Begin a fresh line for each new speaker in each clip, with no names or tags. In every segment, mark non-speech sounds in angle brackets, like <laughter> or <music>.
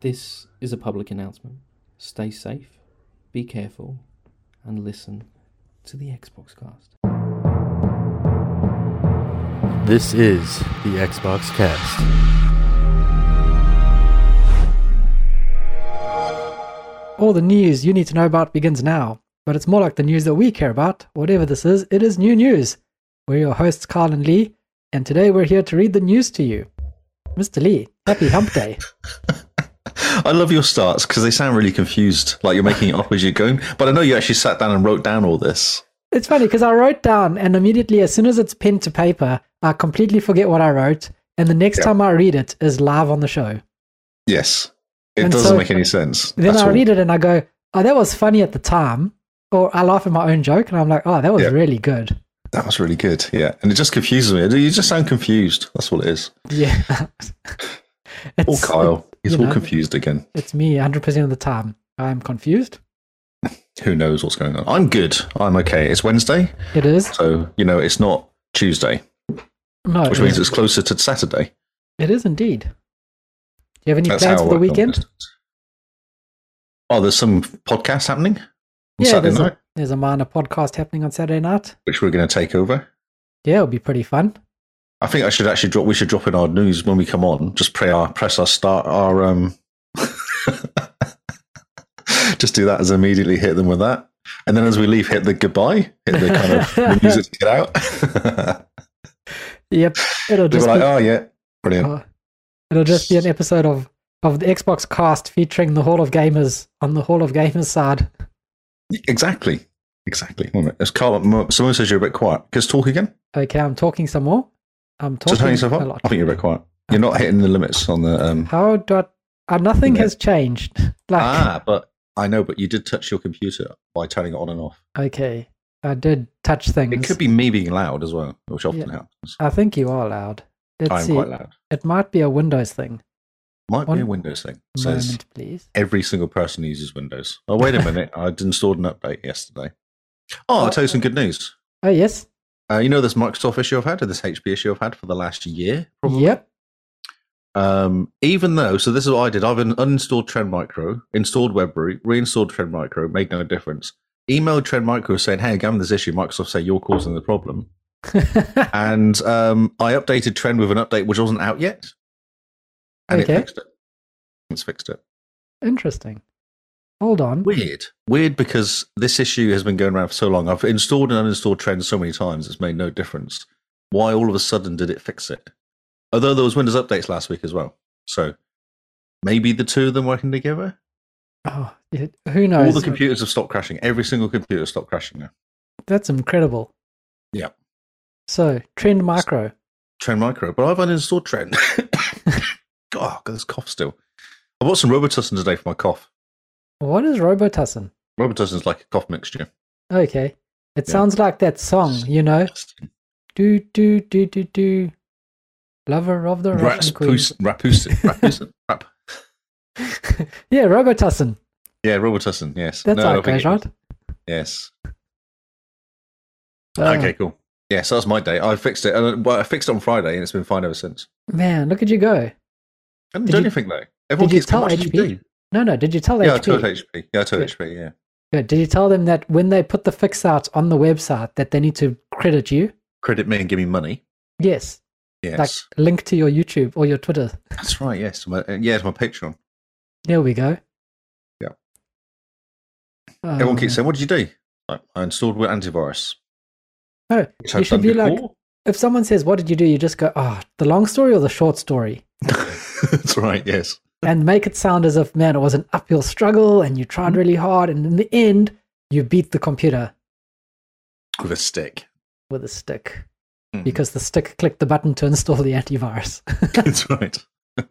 This is a public announcement. Stay safe, be careful, and listen to the Xbox cast.
This is the Xbox Cast.
All the news you need to know about begins now, but it's more like the news that we care about. Whatever this is, it is new news. We're your hosts, Carl and Lee, and today we're here to read the news to you. Mr. Lee, happy hump
<laughs>
day.
I love your starts because they sound really confused, like you're making it up as you're going. But I know you actually sat down and wrote down all this.
It's funny because I wrote down, and immediately, as soon as it's pen to paper, I completely forget what I wrote, and the next
Yeah.
time I read it is live on the show.
Yes, it
And
doesn't
so-
make any sense.
Then
at
I
all.
read it and I go, oh, that was funny at the time. Or I laugh at my own joke and I'm like, oh, that was
Yeah.
really
<laughs>
good. <laughs>
That was really good. Yeah, and it just confuses me. You just sound confused. That's all it is.
Yeah.
All
it's, <laughs>
Kyle. He's
you
all
know.
confused again.
it's me 100% of the time. I'm confused.
Who knows what's going on? I'm good. I'm okay. It's Wednesday,
It is.
so you know it's not Tuesday,
No, Oh,
which
it
means
is.
it's closer to Saturday.
it is indeed. Do you have any
That's
plans
how I
for the
work on
weekend?
this. Oh, there's some podcast happening on Saturday
there's
night,
a, there's a minor podcast happening on Saturday night.
which we're going to take over.
Yeah, it'll be pretty fun.
I think I should actually drop. We should drop in our news when we come on. Just pray our press our start our um. <laughs> just do that as immediately hit them with that, and then as we leave, hit the goodbye. Hit the kind
<laughs>
of the music to get out. <laughs>
Yep. It'll
they were
just,
like,
be,
"Oh yeah, brilliant."
oh, it'll just be an episode of, of the Xbox cast featuring the Hall of Gamers on the Hall of Gamers side.
Exactly, exactly. One minute. As Carl, m- someone says you're a bit quiet. Just talk again.
Okay, I'm talking some more. I'm talking
Just turn yourself
a
up.
lot.
I think you're a bit quiet. You're not hitting the limits on the um.
How do I? Uh, nothing
Yeah.
has changed. like,
Ah, but I know, but you did touch your computer by turning it on and off.
okay, I did touch things.
It could be me being loud as well, which often
Yeah.
happens.
I think you are loud. Let's
I'm
see.
quite loud.
It might be a Windows thing.
Might
One
be a Windows thing. Says
Moment, please.
every single person uses Windows. Oh,
<laughs>
wait a minute. I installed an update yesterday. Oh, I'll tell you some good news.
Oh yes.
Uh, you know this Microsoft issue I've had, or this HP issue I've had for the last year, probably?
Yep.
Um, even though, so this is what I did. I've un- uninstalled Trend Micro, installed WebRoot, reinstalled Trend Micro, made no difference. Emailed Trend Micro saying, hey, I'm having this issue. Microsoft say you're causing the problem. and um, I updated Trend with an update which wasn't out yet. And
Okay.
it fixed it. It's fixed it.
<laughs> Interesting. Hold on.
Weird. Weird because this issue has been going around for so long. I've installed and uninstalled Trend so many times, it's made no difference. Why all of a sudden did it fix it? Although there was Windows updates last week as well. So maybe the two of them working together?
Oh, yeah, who
all
knows?
the computers have stopped crashing. Every single computer stopped crashing now.
That's incredible.
Yeah.
So Trend Micro.
Trend Micro, but I've uninstalled Trend. <laughs> God, I've got this cough still. I bought some Robitussin today for my cough.
What is Robotussin?
Robitussin's like a cough mixture.
Okay. It
Yeah.
sounds like that song, you know. Do do do do do. Lover of the Russian Queen.
Raspus- Rapusin. Rapusin. <laughs> Rap.
yeah, Robotussin.
Yeah, Robitussin. Yes.
That's
I
how it
think
goes,
it-
right?
Yes.
Ah,
Okay, cool. Yeah, so that's my day. I fixed it. uh, Well, I fixed it on Friday, and it's been fine ever since.
Uh, Man, look at you go.
I didn't
Did
do
you-
anything though. Everyone
did you
keeps going,
tell
"What did
HP?
you do?"
No, no, did you tell
Yeah, I
HP?
told HP. Yeah, I told
Good.
HP. Yeah.
Good. Did you tell them that when they put the fix out on the website that they need to credit you?
Credit me and give me money.
Yes.
Yes,
Like link to your YouTube or your Twitter.
that's right. Yes, my, uh, yeah, it's my Patreon.
There we go.
Yeah.
Um,
Everyone keeps saying, "What did you do?" Like, I installed with antivirus.
No,
which
Oh, you
I've
should
done
be like-
before. <laughs>
if someone says, What did you do? You just go, Oh, the long story or the short
<laughs>
story?
that's right. Yes.
And make it sound as if, man, it was an uphill struggle and you
Mm-hmm.
tried really hard. And in the end, you beat the computer
with a stick.
with a stick
Mhm. <laughs>
because the stick clicked the button to install the antivirus. <laughs>
That's right.
Ugh.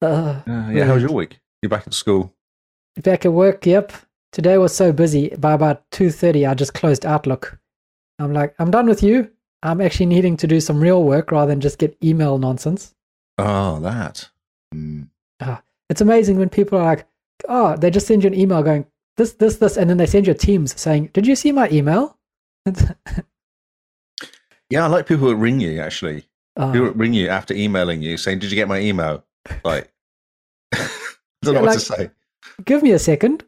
Uh, yeah. How was your week? You're back at school.
back at work yep today was so busy by about 2.30 i just closed outlook i'm like i'm done with you i'm actually needing to do some real work rather than just get email nonsense
Oh, that. Mm.
it's amazing when people are like oh they just send you an email going this this this and then they send you teams saying did you see my email <laughs> Uh,
Yeah, I like people that ring you. Actually,
Uh,
people that ring you after emailing you saying, "Did you get my email?" Like, <laughs> don't know
Yeah,
what
like-
to say.
Give me a second.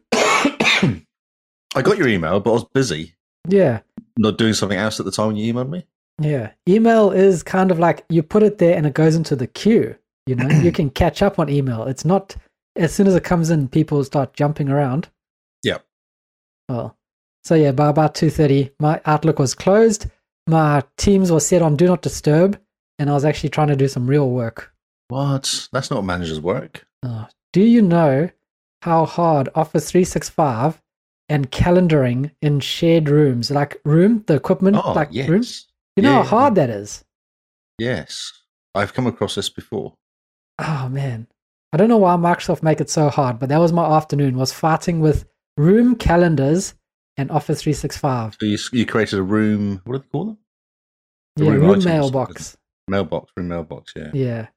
I got your email, but I was busy
Yeah.
not doing something else at the time when you emailed me.
Yeah. Email is kind of like you put it there and it goes into the queue. You know,
<clears throat>
you can catch up on email. It's not as soon as it comes in, people start jumping around.
Yep.
Well. So yeah, by about two thirty, my Outlook was closed. My Teams was set on do not disturb, and I was actually trying to do some real work.
What? That's not manager's work.
Oh, do you know how hard Office 365 and calendaring in shared rooms, like room, the equipment,
Oh,
like
yes.
room? You know
Yeah,
how hard that is?
Yes. I've come across this before.
Oh, man. I don't know why Microsoft make it so hard, but that was my afternoon, was fighting with room calendars and Office 365.
So you, you created a room. What do they call them? The
Yeah,
room
room
items.
mailbox.
Mailbox. Room mailbox. Yeah.
Yeah.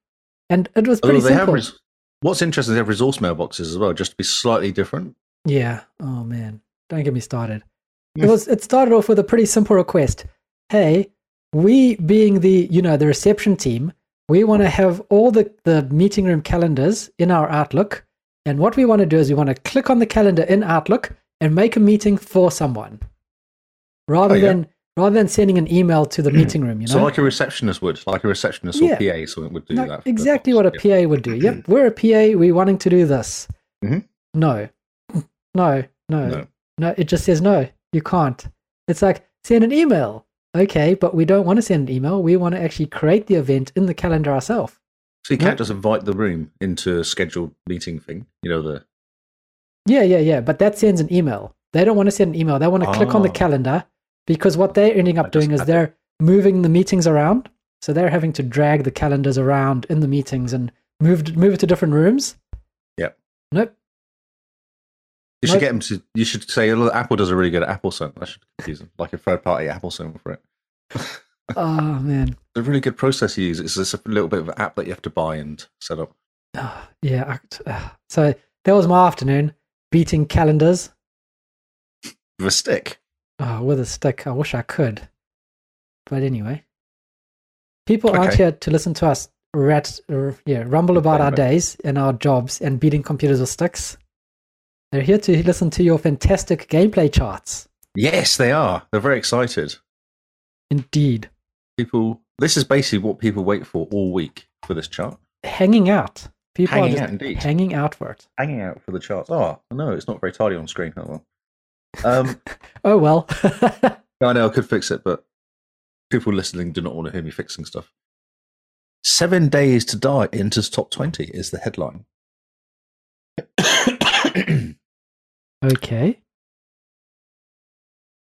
And it was
Although
pretty
they have.
simple.
Res- What's interesting is they have resource mailboxes as well, just to be slightly different.
Yeah. Oh man. Don't get me started. It
<laughs> Mm.
was it started off with a pretty simple request. Hey, we being the you know, the reception team, we want to have all the, the meeting room calendars in our Outlook. And what we want to do is we want to click on the calendar in Outlook and make a meeting for someone. Rather
Oh, yeah.
than rather than sending an email to
<clears throat>
the meeting room, you know.
So like a receptionist would, like a receptionist
Yeah.
or PA, or something would do
Like
that. for
exactly
mailbox,
what a
yeah.
PA would do. Yep, we're a PA. We're wanting to do this.
Mhm.
No. no, no, no,
No.
It just says no. You can't. It's like send an email. Okay, but we don't want to send an email. We want to actually create the event in the calendar ourselves.
So you can't just invite the room into a scheduled meeting thing. You know the
Yeah, yeah, yeah. But that sends an email. They don't want to send an email. They want to click on the
Ah.
calendar because what they're ending up
I just
doing is
had
they're moving the meetings around. So they're having to drag the calendars around in the meetings and move move it to different rooms.
Yep. <laughs>
Nope.
you
Nope.
should get them to. You should say, "Look, Apple does a really good Apple sync." I should use them like a third party Apple sync for it.
Oh man.
It's a really good process you use. It's just a little bit of an app that you have to buy and set up.
Ah, yeah. I t- ah. so that was my afternoon beating calendars
with a stick.
Ah, with a stick. I wish I could. But anyway, people aren't
Okay.
here to listen to us rat, r- yeah, rumble about our
Complain about-
days and our jobs and beating computers with sticks. They're here to listen to your fantastic gameplay charts.
Yes, they are. They're very excited.
Indeed.
People, this is basically what people wait for all week for this chart.
Hanging out. People
Hanging
are
out,
just
indeed.
hanging out for it.
Hanging out for the charts. Oh no, it's not very tidy on screen. Oh well. Um,
Oh, well. <laughs>
I know I could fix it, but people listening do not want to hear me fixing stuff. Seven days to die enters top twenty is the headline. <coughs>
okay.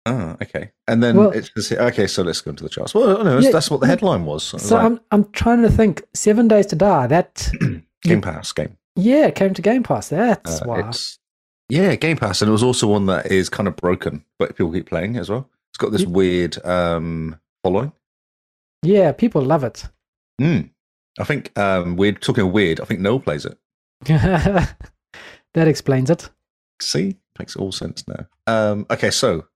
Ah, okay. And then
Well-
it's it's okay. So let's go into the charts. Well, no,
Yeah.
that's what the headline was. It was
So
like,
I'm, I'm trying to think. Seven Days to Die.
<clears throat>
That
Game Pass game.
Yeah, it came to Game Pass. That's
Uh,
why.
it's- yeah, Game Pass, and it was also one that is kind of broken, but people keep playing it as well. It's got this
Yeah.
weird um, following.
Yeah, people love it. <laughs>
Mm. I think um, we're talking weird. I think Noel plays it.
that explains it.
See, makes all sense now. Um, okay, so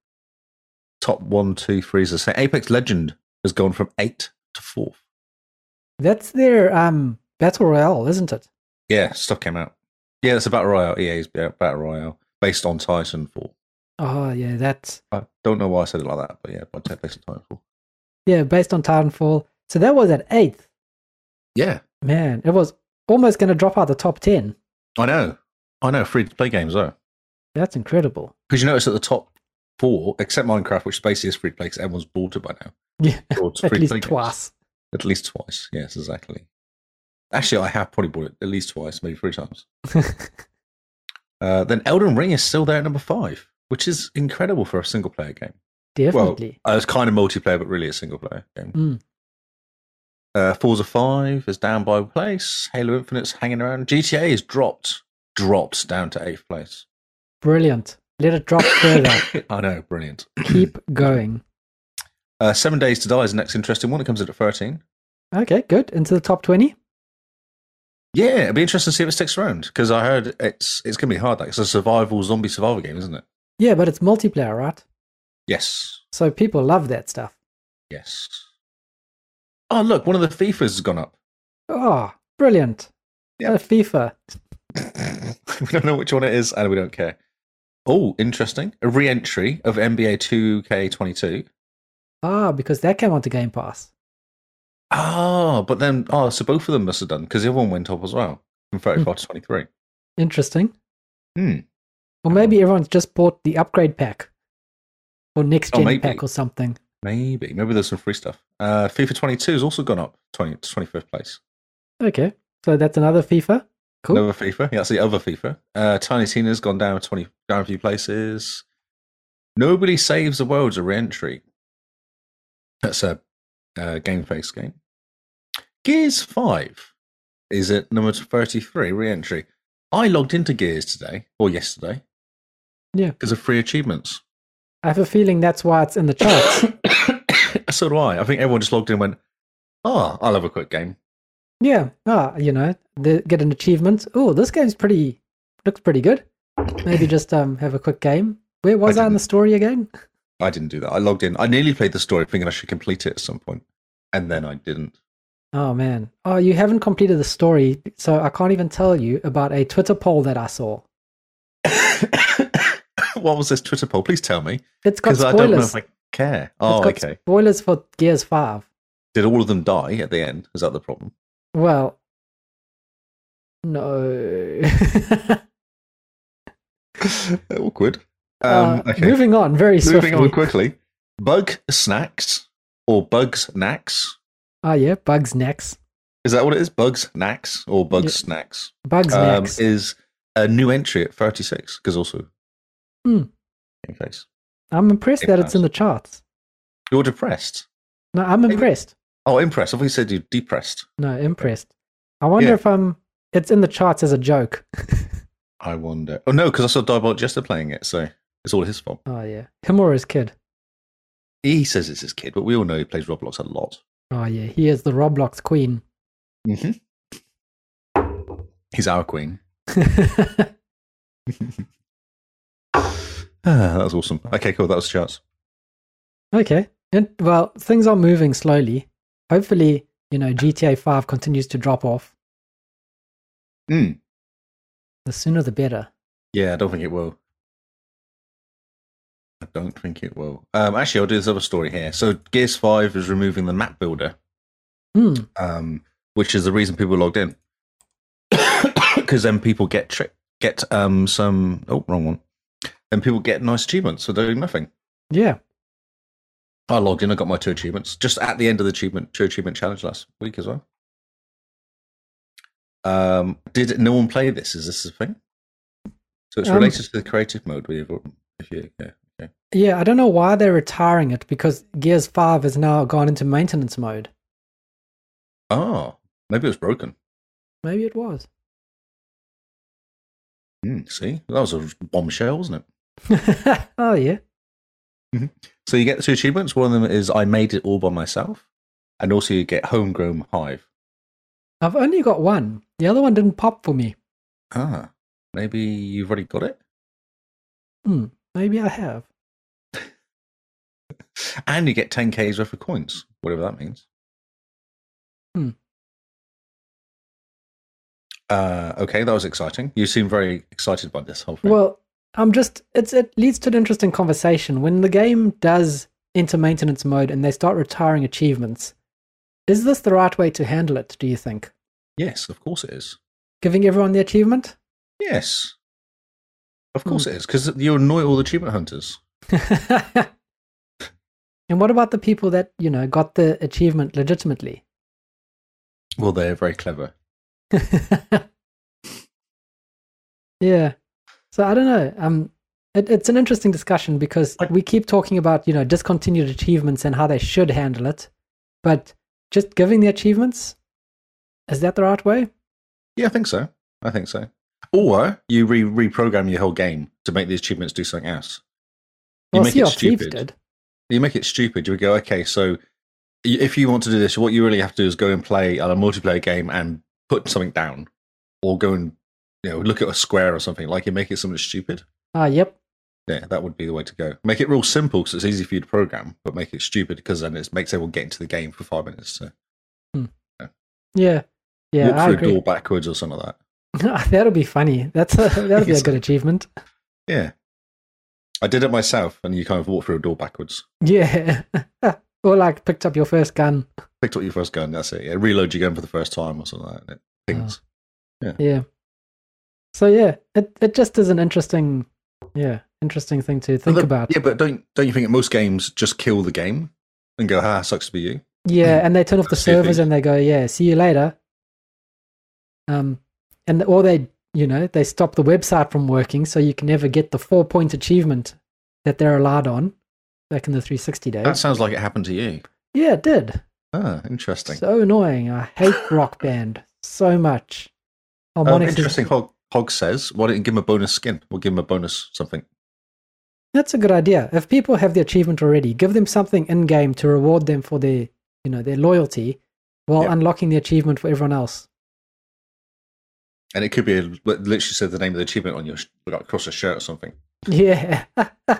top one, two, three is the same. Apex Legend has gone from eight to fourth.
That's their um battle royale, isn't it?
Yeah, stuff came out. Yeah, it's a battle royale. EA's battle royale based on Titanfall.
Oh yeah, that's
I don't know why I said it like that, but yeah, based on Titanfall.
yeah, based on Titanfall. So that was at eighth.
Yeah,
Man, it was almost going to drop out the top ten.
I know. I know free to play games though.
That's incredible.
Because you notice at the top four, except Minecraft, which basically is free to play because everyone's bought it by now.
Yeah,
Or
<laughs>
it's
at
free-to-play
least
games.
twice.
At least twice. Yes, exactly. Actually, I have probably bought it at least twice, maybe three times. Uh, then Elden Ring is still there at number five, which is incredible for a single player game.
Definitely.
Well, uh, it's kind of multiplayer, but really a single player game.
Mm.
Uh, Forza 5 is down by place. Halo Infinite's hanging around. GTA is dropped, dropped down to eighth place. <laughs>
Brilliant. Let it
<coughs>
drop further.
I know, brilliant.
Keep going.
Uh, Seven Days to Die is the next interesting one. It comes in at 13.
Okay, good. Into the top twenty.
Yeah, it'd be interesting to see if it sticks around because I heard it's it's going to be hard. Like, it's a survival zombie survival game, isn't it?
Yeah, but it's multiplayer, right?
Yes,
So people love that stuff.
yes. Oh look, one of the
Ah,
FIFA's has gone up.
Oh, brilliant.
Yeah.
Uh, FIFA.
<laughs> we don't know which one it is, and we don't care. Oh, interesting. A re entry of NBA 2K22.
Ah, because that came onto Game Pass.
Oh, but then, oh, so both of them must have done because the other one went up as well from 35 to 23.
Interesting.
Hmm.
Or maybe everyone's just bought the upgrade pack or next
Oh,
gen
maybe.
pack or something.
Maybe. Maybe there's some free stuff. Uh, FIFA 22 has also gone up 20, to 25th place.
Okay. So that's another FIFA. Cool.
Another FIFA. Yeah, that's the other FIFA. Uh, Tiny Tina's gone down 20, down a few places. Nobody Saves the World's a re entry. That's a uh, game face game. Gears 5 is at number 33, re entry. I logged into Gears today or yesterday.
Yeah.
Because of free achievements.
I have a feeling that's why it's in the
<coughs>
charts.
so do I. I think everyone just logged in and went, oh, I'll have a quick game.
yeah. Ah, you know, they get an achievement. Oh, this game's pretty looks pretty good.
<coughs>
Maybe just um have a quick game. Where was I, in the
didn't.
story again?
I didn't do that. I logged in. I nearly played the story thinking I should complete it at some point, and then I didn't.
Oh man. Oh, you haven't completed the story, so I can't even tell you about a Twitter poll that I saw.
<coughs> what was this Twitter poll? Please tell me,
It's got
because I don't know
spoilers.
if I care. Oh,
it's got
okay.
spoilers for Gears Five.
Did all of them die at the end? Is that
<laughs>
the problem?
Well, no. <laughs>
Awkward.
Uh,
Um, okay. Moving,
Moving on very swiftly.
on quickly. Bug snacks or bugs knacks?
Ah, yeah, Bugs Next.
Is that what it is? Bugs knacks or bugs
Yeah.
snacks?
Bugs
Um,
Next.
is a new entry at thirty six because also.
Hmm.
In case
I'm impressed
Game
that it's in
Pass.
the charts.
you're depressed.
No, I'm
Maybe-
impressed.
Oh, impressed. I thought you said you're depressed.
No, impressed. I wonder
Yeah.
if I'm. It's in the charts as a joke.
I wonder. Oh no, because I saw Diabolic Jester playing it, so it's all his fault.
Oh yeah, him or his kid.
He says it's his kid, but we all know he plays Roblox a lot.
Oh yeah, he is the Roblox queen. <laughs>
Mm-hmm. He's our queen.
yeah,
Ah, <laughs> that was awesome. Okay, cool. That was charts.
Okay. And, well, things are moving slowly. Hopefully, you know, GTA 5 continues to drop off.
Mm.
The sooner the better.
Yeah, I don't think it will. I don't think it will. Um, actually, I'll do this other story here. So, Gears Five is removing the map builder,
Hmm.
um, which is the reason people logged in, <coughs> because then people get tri- get um some oh wrong one, and people get nice achievements for doing nothing.
Yeah.
I logged in. I got my two achievements just at the end of the achievement two achievement challenge last week as well. Um, did no one play this? Is this a thing? So it's
Um,
related to the creative mode. We have, if you, yeah, okay.
Yeah. I don't know why they're retiring it because Gears 5 has now gone into maintenance mode.
Oh, maybe it was broken.
Maybe it was. <laughs>
Hmm, see, that was a bombshell, wasn't it?
oh, yeah.
So you get the two achievements. One of them is I made it all by myself, and also you get homegrown hive.
I've only got one. The other one didn't pop for me.
Ah, maybe you've already got it.
Hmm. Maybe I have.
And you get 10k's worth of coins, whatever that means.
Hmm.
Uh, okay, that was exciting. You seem very excited by this whole thing.
Well, I'm just it's it leads to an interesting conversation when the game does enter maintenance mode and they start retiring achievements. Is this the right way to handle it, do you think?
yes, of course it is.
Giving everyone the achievement? <laughs>
Yes. Of course
Hmm.
it is, because you annoy all the achievement hunters.
and what about the people that, you know, got the achievement legitimately?
Well, they're very clever.
<laughs> yeah. So I don't know. Um it, it's an interesting discussion because
I-
we keep talking about, you know, discontinued achievements and how they should handle it. But just giving the achievements, is that the right way?
Yeah, I think so. I think so. Or you re- reprogram your whole game to make the achievements do something else. You
Well,
make
Sea
it
of Thieves
stupid.
did.
you make it stupid. You go, okay, so y- if you want to do this, what you really have to do is go and play a multiplayer game and put something down, or go and you know look at a square or something. Like you make it something stupid.
Ah, yep.
Yeah, that would be the way to go. Make it real simple because it's easy for you to program, but make it stupid because then it makes everyone get into the game for five minutes. So
Yeah. Yeah,
walk
I
through a
agree. <laughs> Ah,
door backwards or something like that.
That'll be funny. That's
<laughs>
a, that'll be a good achievement.
Yeah. I did it myself, and you kind of walk through a door backwards.
Yeah. <laughs> or like picked up your first gun.
Picked up your first gun, that's it. Yeah, reload your gun for the first time or something like that. and It pings.
Yeah. So yeah, it it just is an interesting, yeah, interesting thing to think
But-
about.
Yeah, but don't don't you think that most games just kill the game and go, ha, sucks to be you?
Yeah, and they turn off the
That's two
servers
things.
and they go, yeah, see you later. Um, and or they, you know, they stop the website from working, so you can never get the four point achievement that they're allowed on back in the 360 days.
That sounds like it happened to you.
yeah, it did.
Ah, interesting.
So annoying. I hate Rock Band so much.
Um,
Harmonix is-
interesting. Hog, Hog says, "Why didn't you give him a bonus skin? We'll give him a bonus something."
That's a good idea. If people have the achievement already, give them something in game to reward them for their, you know, their loyalty, while
Yeah.
unlocking the achievement for everyone else.
And it could be a, li- literally said the name of the achievement on your sh- like across a shirt or something.
<laughs> Yeah, yeah,
So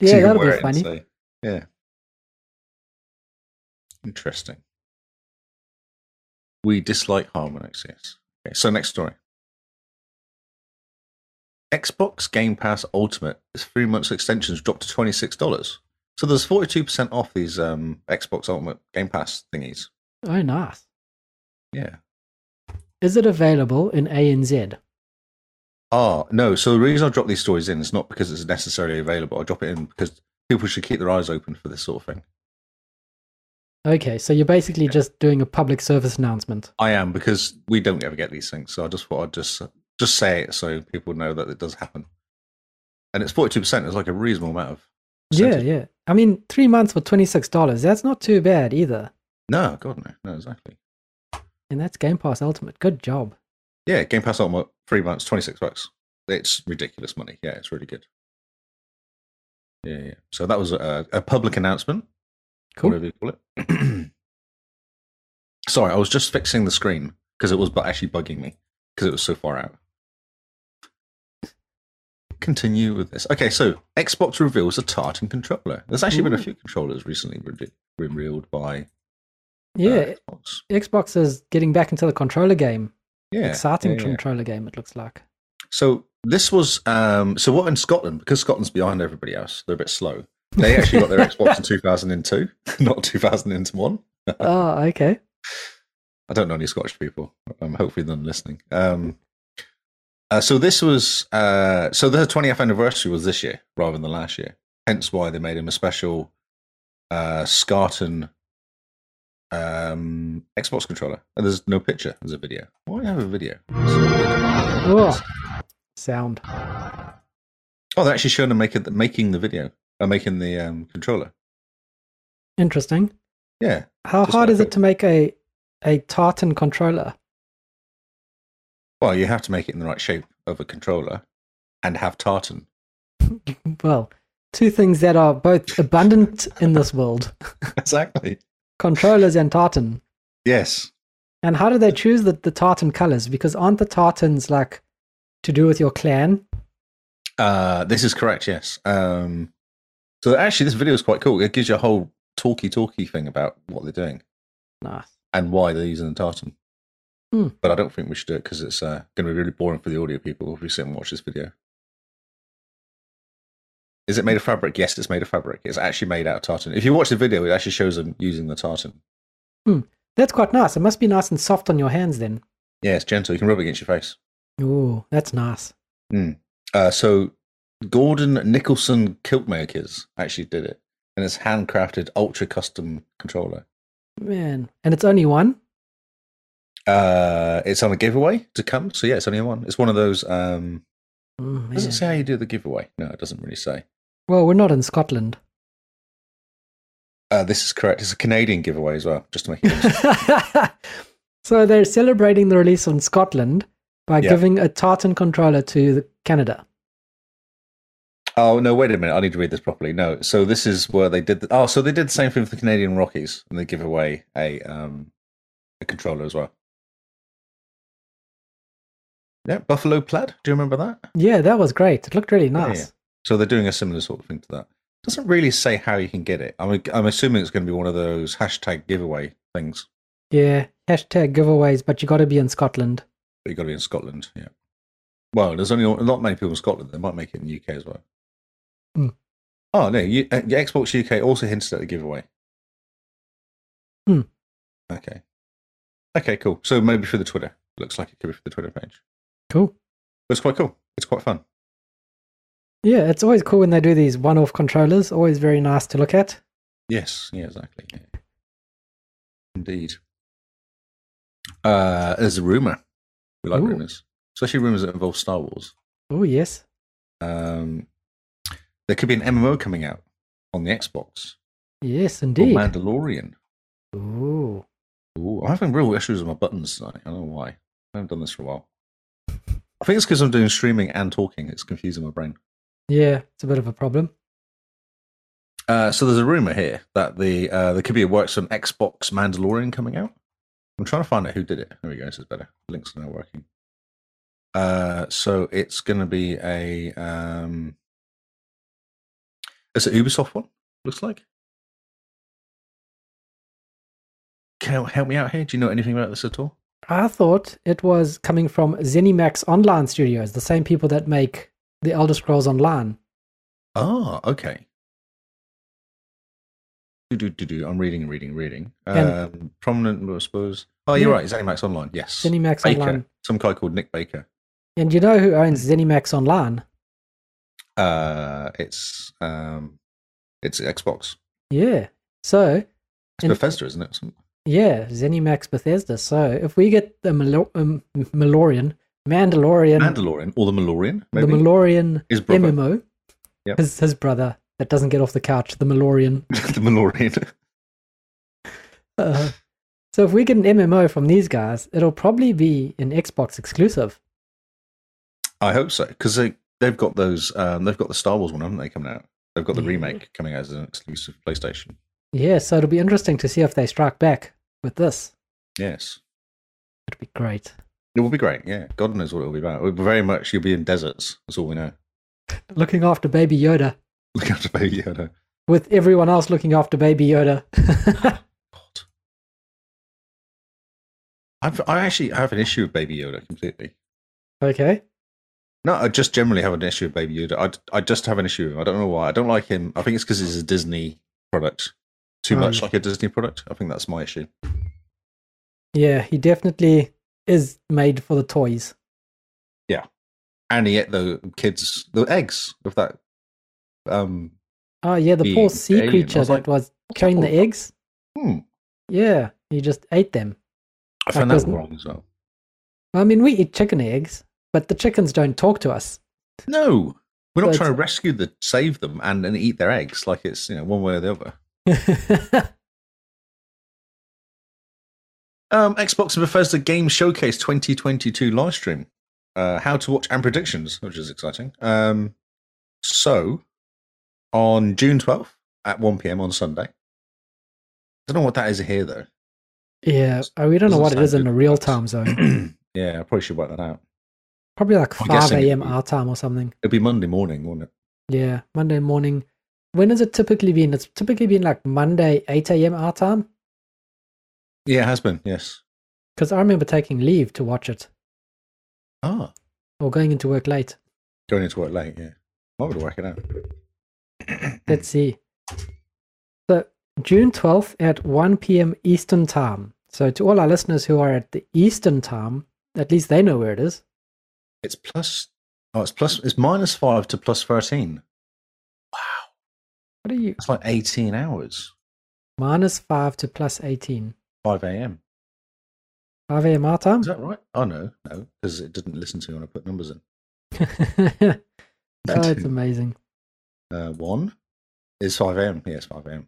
you can
that'll
wear
be
it and
funny.
say- yeah. Interesting. We dislike Harmonix, yes. Okay, so next story. Xbox Game Pass Ultimate three months extensions dropped to twenty six dollars. So there's forty two percent off these um, Xbox Ultimate Game Pass thingies.
Oh, nice.
Yeah.
Is it available in ANZ?
Ah, no. So the reason I drop these stories in is not because it's necessarily available. I drop it in because people should keep their eyes open for this sort of thing.
Okay, so you're basically just doing a public service announcement.
I am because we don't ever get these things, so I just thought I'd just uh, just say it so people know that it does happen. And it's forty two percent. It's like a reasonable amount of.
Yeah,
percentage.
yeah. I mean, three months for twenty six dollars. That's not too bad either.
No, God no, no, exactly.
And that's Game Pass Ultimate. Good job.
Yeah, Game Pass Ultimate three months, twenty six bucks. It's ridiculous money. Yeah, it's really good. Yeah, yeah. So that was a, a public announcement.
Cool.
whatever you call it. <clears throat> Sorry, I was just fixing the screen because it was bu- actually bugging me because it was so far out. Continue with this. Okay, so Xbox reveals a tartan controller. There's actually been a
Ooh.
few controllers recently re- revealed by uh,
Yeah,
Xbox.
Xbox is getting back into the controller game.
Yeah,
Exciting
yeah, yeah.
controller game. It looks
<laughs>
like.
So this was um, so what in Scotland because Scotland's behind everybody else. They're a bit slow. They actually got their Xbox in 2002, <laughs> not 2001.
Oh, okay.
I don't know any Scottish people. Um, hopefully, none listening. Um, uh, so this was uh, so their 20th anniversary was this year rather than last year. Hence why they made him a special uh, Scarton um, Xbox controller. And there's no picture. There's a video. Why have a video?
Oh, sound.
Oh, they're actually showing them making the, making the video. Uh, making the um, controller.
Interesting.
Yeah.
How
Just
hard
like
is it
that.
to make a a tartan controller?
Well, you have to make it in the right shape of a controller, and have tartan. <laughs>
Well, two things that are both abundant in this world:
Exactly.
controllers and tartan.
Yes.
And how do they choose the, the tartan colors? Because aren't the tartans like to do with your clan?
Uh, this is correct. Yes. Um, so actually, this video is quite cool. It gives you a whole talky talky thing about what they're doing
Nice.
and why they're using the tartan.
Hmm.
But I don't think we should do it because it's uh, going to be really boring for the audio people if we sit and watch this video. Is it made of fabric? Yes, it's made of fabric. It's actually made out of tartan. If you watch the video, it actually shows them using the tartan.
That's quite nice. It must be nice and soft on your hands then.
Yeah, it's gentle. You can rub it against your face.
Ooh, that's nice.
Uh, so Gordon Nicholson Kiltmakers actually did it, and it's handcrafted ultra custom controller.
Man. And it's only one?
Uh, it's on a giveaway to come. So yeah, it's only one. It's one of those. Um,
Mm,
does
man.
it say how you do the giveaway? No, it doesn't really say.
well, we're not in Scotland. <laughs>
Uh, this is correct. It's a Canadian giveaway as well, just to make it. easy.
so they're celebrating the release in Scotland by
Yeah.
giving a tartan controller to the- Canada.
oh no, wait a minute. I need to read this properly. No, so this is where they did. The, oh, so they did the same thing for the Canadian Rockies, and they give away a um a controller as well. Yeah, buffalo plaid. Do you remember that?
Yeah, that was great. It looked really nice.
So they're doing a similar sort of thing to that. Doesn't really say how you can get it. I'm I'm assuming it's going to be one of those hashtag giveaway things.
Yeah, hashtag giveaways, but you got to be in Scotland.
But you've got to be in Scotland. Yeah. Well, there's only not many people in Scotland. They might make it in the UK as well.
Hmm.
Oh no, you, uh, Xbox UK also hinted at the giveaway.
Hmm.
Okay. Okay, cool. So maybe for the Twitter. Looks like it could be for the Twitter page.
Cool.
But it's quite cool. It's quite fun.
Yeah, it's always cool when they do these one off controllers. Always very nice to look at.
Yes, yeah, exactly. yeah. Indeed. Uh, there's a rumor. We like
Ooh.
rumors, especially rumors that involve Star Wars.
Oh, yes.
Um, there could be an MMO coming out on the Xbox
Yes,
called
indeed.
Mandalorian.
Ooh.
Ooh, I'm having real issues with my buttons tonight. I don't know why. I haven't done this for a while. I think it's because I'm doing streaming and talking. It's confusing my brain.
Yeah, it's a bit of a problem.
Uh, so there's a rumor here that the uh, there could be a works on Xbox Mandalorian coming out. I'm trying to find out who did it. There we go. This is better. Links are now working. Uh, so it's going to be a um, it's an Ubisoft one. Looks like. Can you help me out here? Do you know anything about this at all?
I thought it was coming from ZeniMax Online Studios, the same people that make The Elder Scrolls Online.
Ah, okay. Do, do, do, do. I'm reading, reading, reading.
And-
Um, prominent, I suppose. Oh, you're
Yeah.
right. ZeniMax Online. Yes.
ZeniMax
Baker.
Online.
Some guy called Nick Baker.
And you know who owns ZeniMax Online?
Uh, it's um, it's Xbox.
Yeah. So,
It's
And-
Bethesda, isn't it? Some-
yeah, ZeniMax Bethesda. So, if we get the Malo- um, Malorian, Mandalorian,
Mandalorian or the Malorian?
the
Maybe.
Malorian
His brother.
MMO,
Yep.
his, his brother that doesn't get off the couch, the Malorian.
<laughs> the Malorian.
Uh, so, if we get an MMO from these guys, it'll probably be an Xbox exclusive.
I hope so because they they've got those um, they've got the Star Wars one, haven't they? Coming out. They've got the
Yeah.
remake coming out as an exclusive PlayStation.
Yeah, so it'll be interesting to see if they strike back with this.
Yes.
It'd be great.
It will be great, yeah. God knows what it will be about. It'll be very much you'll be in deserts. That's all we know. <laughs>
Looking after Baby Yoda
Look after Baby Yoda.
with everyone else looking after Baby Yoda. <laughs>
God. I've, I actually have an issue with Baby Yoda completely.
okay.
No, I just generally have an issue with Baby Yoda. I, I just have an issue with him. I don't know why. I don't like him. I think it's because he's a Disney product. Too
Oh,
much
yeah.
like a Disney product. I think that's my issue.
Yeah, he definitely is made for the toys.
And he ate the kids, the eggs of that. Um,
Oh, yeah, the
The
poor sea
alien. I
creature
was
that
like,
was carrying the
all about?
eggs.
hmm.
Yeah, he just ate them.
I found
Like
that
those-
wrong as well.
I mean, we eat chicken eggs, but the chickens don't talk to
<laughs>
us.
No, we're not
But-
trying to rescue the save them and, and eat their eggs like it's you know one way or the other. Um, Xbox and Bethesda Game Showcase 2022 live stream. Uh, how to watch and predictions, which is exciting. Um, so on June 12th at 1 p.m. on Sunday. I don't know what that is here though. <clears throat>
yeah, uh, we don't know
Doesn't
what it
sound
is in
good,
the real
but-
time zone.
yeah, I probably should work that out.
Probably like
I'm
5
guessing it'd
a.m.
be-
our time or something.
It'll be Monday morning, won't it?
Yeah, Monday morning. When has it typically been? It's typically been like Monday, 8 a.m. our time.
Yeah, it has been. Yes.
Because I remember taking leave to watch it
Ah,
or going into work late.
going into work late. Yeah, I'm gonna work it out. Hmm.
Let's see. So, June 12th at 1 p.m. Eastern Time. So, to all our listeners who are at the Eastern Time, at least they know where it is.
It's plus. Oh, it's plus. It's minus five to plus 13.
What are you?
It's like 18 hours.
Minus 5 to plus 18.
5 a.m.
5 a.m. our time?
Is that right? Oh no, no, because it didn't listen to me when I put numbers in.
<laughs> oh, it's amazing.
Uh, one is 5 a.m. Yes, 5 a.m.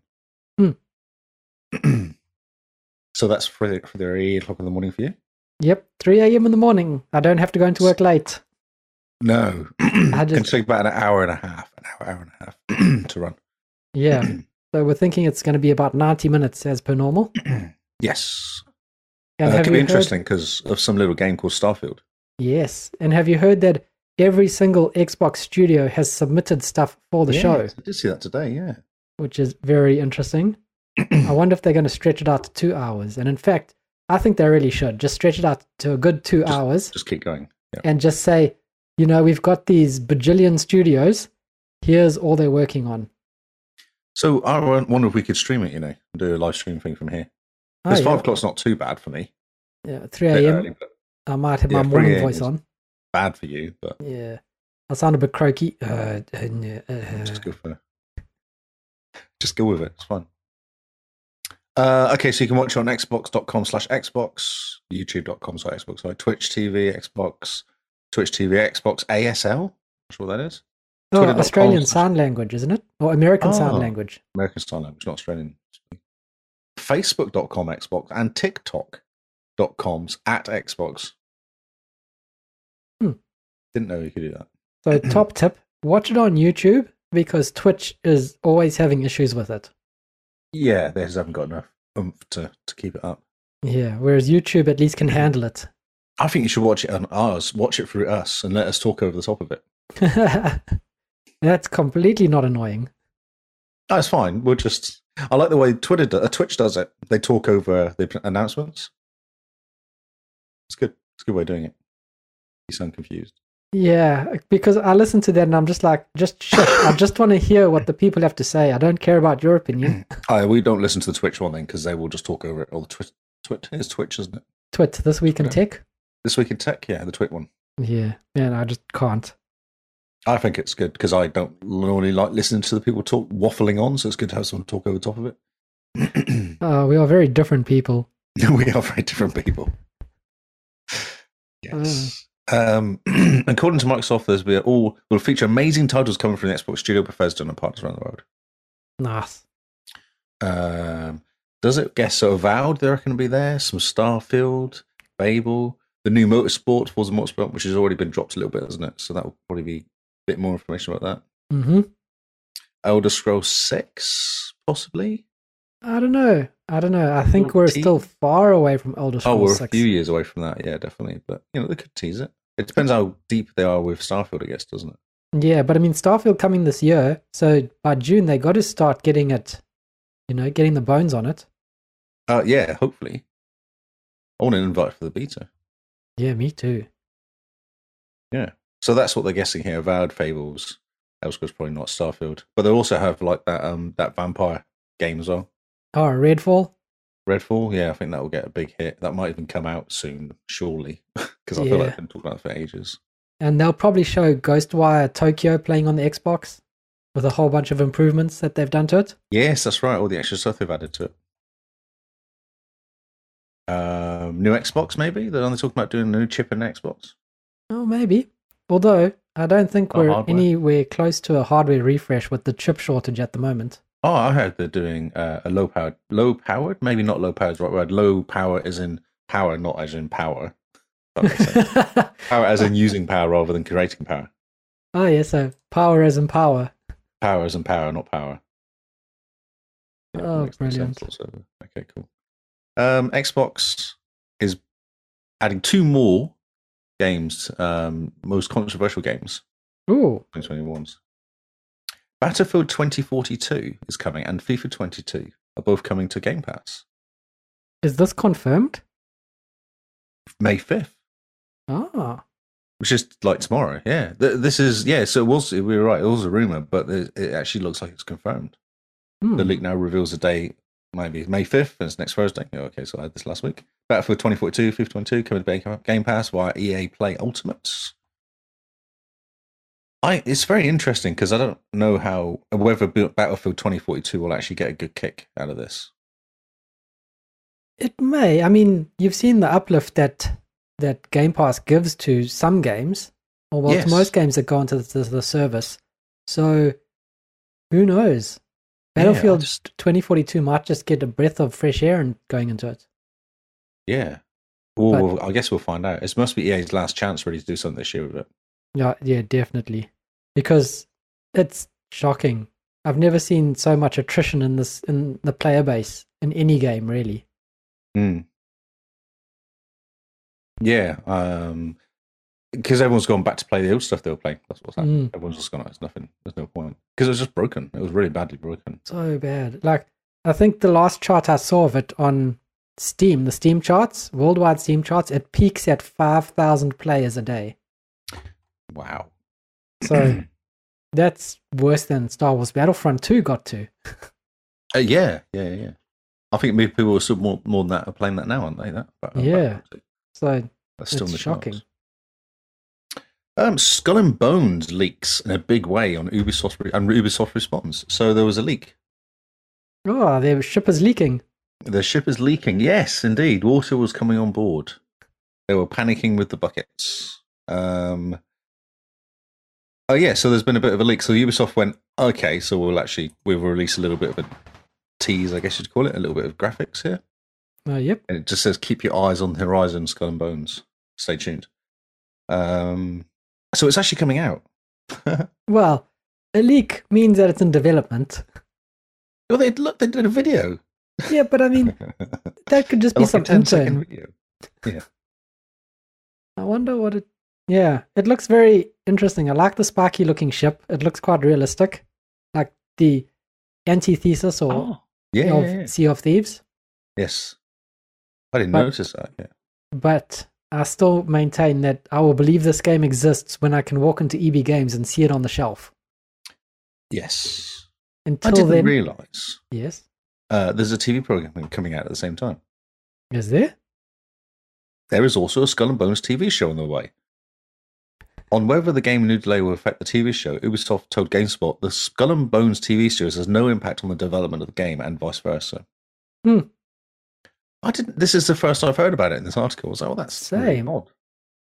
Hmm.
<clears throat> so that's for for the eight o'clock in the morning for you.
Yep, 3 a.m. in the morning. I don't have to go into work late.
No, <clears throat> I
just-
can take about an hour and a half, an hour, hour and a half <clears throat> to run. <clears throat>
Yeah. so, we're thinking it's going to be about 90 minutes as per normal.
Yes,
And
uh, it
have
could
you
be
heard-
interesting because of some little game called Starfield.
Yes. And have you heard that every single Xbox studio has submitted stuff for the
Yeah,
show,
I did see that today. Yeah,
which is very interesting. I wonder if they're going to stretch it out to two hours. And in fact, I think they really should just stretch it out to a good two
Just-
hours
Just keep going. Yeah.
and just say, you know, we've got these bajillion studios. Here's all they're working on.
So I won- wonder if we could stream it, you know, and do a live stream thing from here.
Oh,
This
yeah.
five o'clock's not too bad for me.
Yeah, 3
Bit
a.m.
early, but
I might have my
Yeah, 3
morning
a.m.
voice
is-
on.
bad for you, but
Yeah. I sound a bit croaky. Uh, uh, yeah, uh,
just go for just go with it. It's fine. Uh, okay, so you can watch it on xbox.com slash xbox, youtube.com slash xbox, sorry, Twitch TV, Xbox, Twitch TV, Xbox ASL. Not sure what that is.
no,
twitter.com
Oh, Australian
slash-
sign language, isn't it? Or American sign
Oh.
language.
American Sign Language, not Australian. Facebook.com Xbox and TikTok.coms at Xbox.
Hmm.
Didn't know you could do that. <clears throat>
So, top tip watch it on YouTube because Twitch is always having issues with it.
Yeah, they just haven't got enough oomph to, to keep it up.
Yeah, whereas YouTube at least can
Mm-hmm.
handle it. <laughs>
I think you should watch it on ours. Watch it through us and let us talk over the top of it.
That's completely not annoying.
That's fine. We'll just. I like the way Twitter do, uh, Twitch does it. They talk over the p- announcements. It's good. It's a good way of doing it. You sound confused.
Yeah, because I listen to that and I'm just like, just shit. I just want to hear what the people have to say. I don't care about your
<clears throat>
opinion.
Uh, we don't listen to the Twitch one then because they will just talk over it. Or the Twitch, Twitch is Twitch, isn't it?
Twit, this week in
Okay.
tech.
This week in tech, yeah, the Twitch one.
Yeah, man, I just can't.
I think it's good because I don't normally like listening to the people talk waffling on, so it's good to have someone talk over the top of it. <clears throat>
Uh, we are very different people.
<laughs> we are very different people. Yes. Um, <clears throat> according to Microsoft, there's be all will feature amazing titles coming from the Xbox Studio, Bethesda, and partners around the world.
Nice.
Um, does it guess so? Avowed, they reckon, to be there. Some Starfield, Babel, the new Motorsport, Forza Motorsport, which has already been dropped a little bit, hasn't it? So that will probably be a bit more information about
hmm
that. Elder Scrolls Six, possibly.
I don't know. I don't know. I think
Little
we're
tea.
still far away from Elder
Oh, we're
Scrolls
a
6.
few years away from that. Yeah, definitely. But you know, they could tease it. It depends how deep they are with Starfield, I guess, doesn't it?
Yeah, but I mean, Starfield coming this year. So by June, they got to start getting it, you know, getting the bones on it.
Uh, yeah, hopefully. I want an invite for the beta.
Yeah, me too.
So that's what they're guessing here. Avowed Fables, Elseworlds probably not Starfield, but they also have like that um that vampire game as well.
Oh, Redfall?
Redfall, yeah, I think that will get a big hit. That might even come out soon, surely, <laughs> because I feel like
Yeah.
I've been talking about it for ages.
And they'll probably show Ghostwire Tokyo playing on the Xbox with a whole bunch of improvements that they've done to it.
Yes, that's right. All the extra stuff they've added to it. Um, new Xbox, maybe they're only talking about doing a new chip in Xbox.
Oh, maybe. Although, I don't think
Or
we're
hardware.
anywhere close to a hardware refresh with the chip shortage at the moment.
Oh, I heard they're doing uh, a low powered, low powered, maybe not low powered is the right word. Low power is in power, not as in power. That makes sense.
<laughs>
power as in using power rather than creating power.
<laughs> Oh, yeah, so power as in power.
Power as in power, not power. Yeah, that
Oh,
makes sense
brilliant.
also. Okay, cool. Um, Xbox is adding two more games, um, most controversial games,
Ooh,
2021s. Battlefield 2042 is coming, and FIFA 22 are both coming to Game Pass
is this confirmed?
May 5th.
Ah,
Which is like tomorrow, yeah. Th- This is yeah. So it was we were right. It was a rumor, but th- it actually looks like it's confirmed.
hmm.
The leak now reveals the day, maybe May fifth, and it's next Thursday. Oh, okay, so I had this last week. Battlefield 2042, 522 coming to Game- Game Pass via EA Play Ultimates. I it's very interesting because I don't know how whether B- Battlefield 2042 will actually get a good kick out of this.
It may. I mean, you've seen the uplift that that Game Pass gives to some games, or well,
Yes.
to most games that go onto the, the service. So, who knows?
Yeah, I
Battlefield
just-
2042 might just get a breath of fresh air and going into it.
yeah. Well, I guess we'll find out. It must be EA's last chance really to do something this year with it.
Yeah, yeah, definitely, because it's shocking. I've never seen so much attrition in this in the player base in any game, really.
Mm. Yeah, um, because everyone's gone back to play the old stuff they were playing. That's what's happening.
Mm.
Everyone's just gone. It's nothing. There's no point because it was just broken. It was really badly broken.
so bad. Like I think the last chart I saw of it on Steam, the Steam charts, worldwide Steam charts, it peaks at 5,000 players a day.
Wow.
So that's worse than Star Wars Battlefront 2 got to.
Uh, yeah, yeah, yeah, yeah. I think maybe people are still more, more than that are playing that now, aren't they? That, that- that-
Yeah. So
that's still
it's
in the
shocking.
charts. Um, Skull and Bones leaks in a big way on Ubisoft re- and Ubisoft response. So there was a leak.
Oh, their ship is leaking.
The ship is leaking. Yes, indeed. Water was coming on board. They were panicking with the buckets. Um, oh yeah, so there's been a bit of a leak. So Ubisoft went, okay, so we'll actually we'll release a little bit of a tease, I guess you'd call it, a little bit of graphics here,
Oh, yep.
and it just says, keep your eyes on the horizon, Skull and Bones. Stay tuned. Um, so it's actually coming out.
Well, a leak means that it's in development.
Well, they look, they did a video.
Yeah, but
<laughs>
I mean, that could just be
Like a
some
10
intern.
second video.
I wonder what it. Yeah, it looks very interesting. I like the sparky looking ship. It looks quite realistic, like the antithesis or
Yeah,
of
yeah, yeah.
Sea of Thieves.
Yes. I didn't
But-
notice that. Yeah.
But I still maintain that I will believe this game exists when I can walk into EB Games and see it on the shelf.
Yes. I
Until
didn't
then,
realize
yes,
uh, there's a TV program coming out at the same time.
is there?
There is also a Skull and Bones TV show on the way. On whether the game new delay will affect the TV show, Ubisoft told GameSpot the Skull and Bones TV series has no impact on the development of the game and vice versa.
Hmm.
I didn't. This is the first I've heard about it in this article. I was like, "Oh, that's
Same.
Really odd."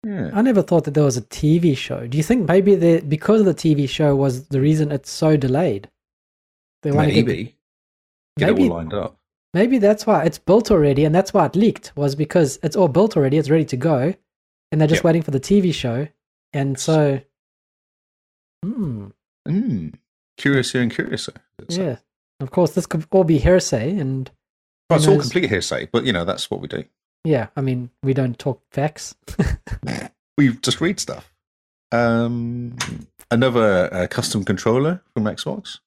Yeah.
I never thought that there was a TV show. Do you think maybe the because of the TV show was the reason it's so delayed? They want to get the-
Maybe get
Maybe-
it all lined up.
Maybe that's why it's built already, and that's why it leaked was because it's all built already. It's ready to go, and they're just
Yeah.
waiting for the TV show. And so, hmm,
Mm. Curiouser and curiouser. It's-
yeah. Of course, this could all be hearsay, and
Well, it's all
knows?
complete hearsay, but you know that's what we do.
yeah, I mean, we don't talk facts. <laughs>
We just read stuff. Um, another uh, custom controller from Xbox,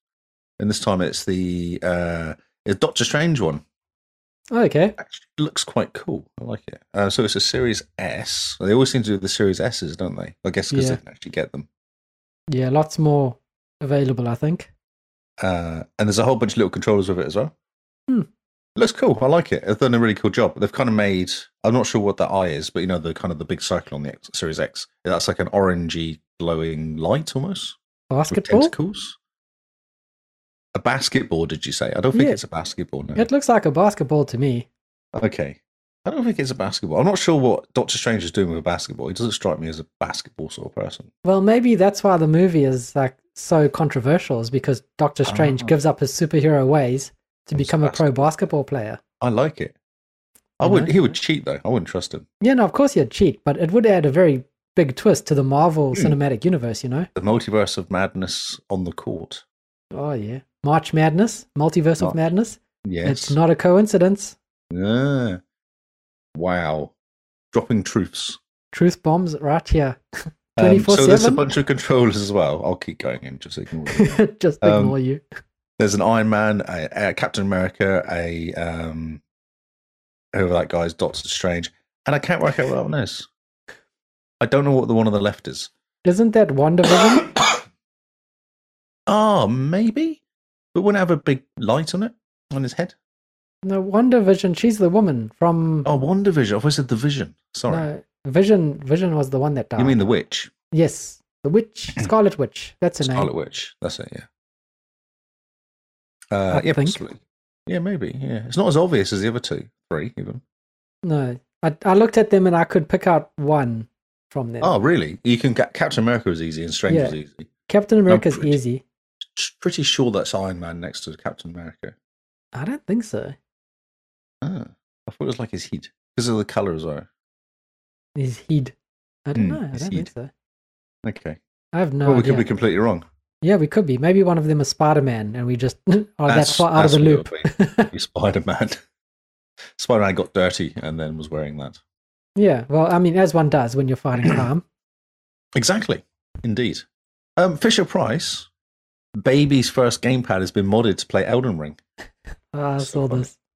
and this time it's the uh, it's Doctor Strange one.
okay,
Actually, looks quite cool. I like it. Uh, so it's a Series S. They always seem to do the Series S's, don't they? I guess because
Yeah.
they can actually get them.
yeah, lots more available, I think.
Uh, and there's a whole bunch of little controllers with it as well.
Hmm.
Looks cool. I like it. They've done a really cool job. They've kind of made. I'm not sure what that eye is, but you know the kind of the big circle on the X, Series X. That's like an orangey glowing light almost with
Basketball.
tentacles. A basketball? Did you say? I don't think
Yeah.
it's a basketball. No.
It looks like a basketball to me.
Okay. I don't think it's a basketball. I'm not sure what Doctor Strange is doing with a basketball. He doesn't strike me as a basketball sort of person.
Well, maybe that's why the movie is like so controversial, is because Doctor Strange
Ah.
gives up his superhero ways to
It's
become a pro
basketball.
basketball player.
I like it. I
You
would.
know?
He would cheat though. I wouldn't trust him.
Yeah, no, of course you'd cheat, but it would add a very big twist to the Marvel
Hmm.
Cinematic Universe, you know?
The multiverse of madness on the court.
Oh, yeah. March Madness, Multiverse
March.
of Madness.
Oh, Yes.
It's not a coincidence.
Ah, wow. Dropping truths.
Truth bombs right here. <laughs>
Um, so there's a
24/7?
bunch of controllers as well. I'll keep going and just ignore
<laughs>
it.
Just
Um,
ignore you.
There's an Iron Man, a, a Captain America, a um, whoever that guy is, Doctor Strange, and I can't work out what that one is. I don't know what the one on the left is. <coughs>
Isn't that
<gasps>
WandaVision?
Ah, maybe, but wouldn't it have a big light on it on his head?
no, WandaVision, she's the woman from.
Oh, Wonder Vision. I've always said the Vision. Sorry,
no, Vision Vision was the one that died.
you mean the Witch,
Yes. The
<clears throat>
Witch, Scarlet Witch. That's her
Scarlet
name.
Witch. That's it. Yeah. Uh,
I
yeah,
think.
possibly. Yeah, maybe. Yeah, it's not as obvious as the other two, three even.
No. I, I looked at them and I could pick out one from them.
Oh, really? You can get Captain America is easy and Strange
Yeah.
is easy.
Captain America's
pretty-
easy.
pretty sure that's Iron Man next to Captain America.
I don't think so.
Ah, I thought it was like his heat because of the colors are.
His head. I don't
Hmm,
know. I
his
don't
head.
think so.
Okay.
I have no
well, we
idea.
could be completely wrong.
yeah, we could be. Maybe one of them is Spider Man and we just <laughs> are that
That's-
far out of the loop.
that's
<laughs>
what it'll Spider <laughs> Man. Spider Man got dirty and then was wearing that.
yeah, well, I mean, as one does when you're
<clears throat>
fighting crime.
Exactly. Indeed. Um, Fisher Price, baby's first gamepad has been modded to play Elden Ring.
Ah, Uh, I
So
saw
funny.
this.
<laughs>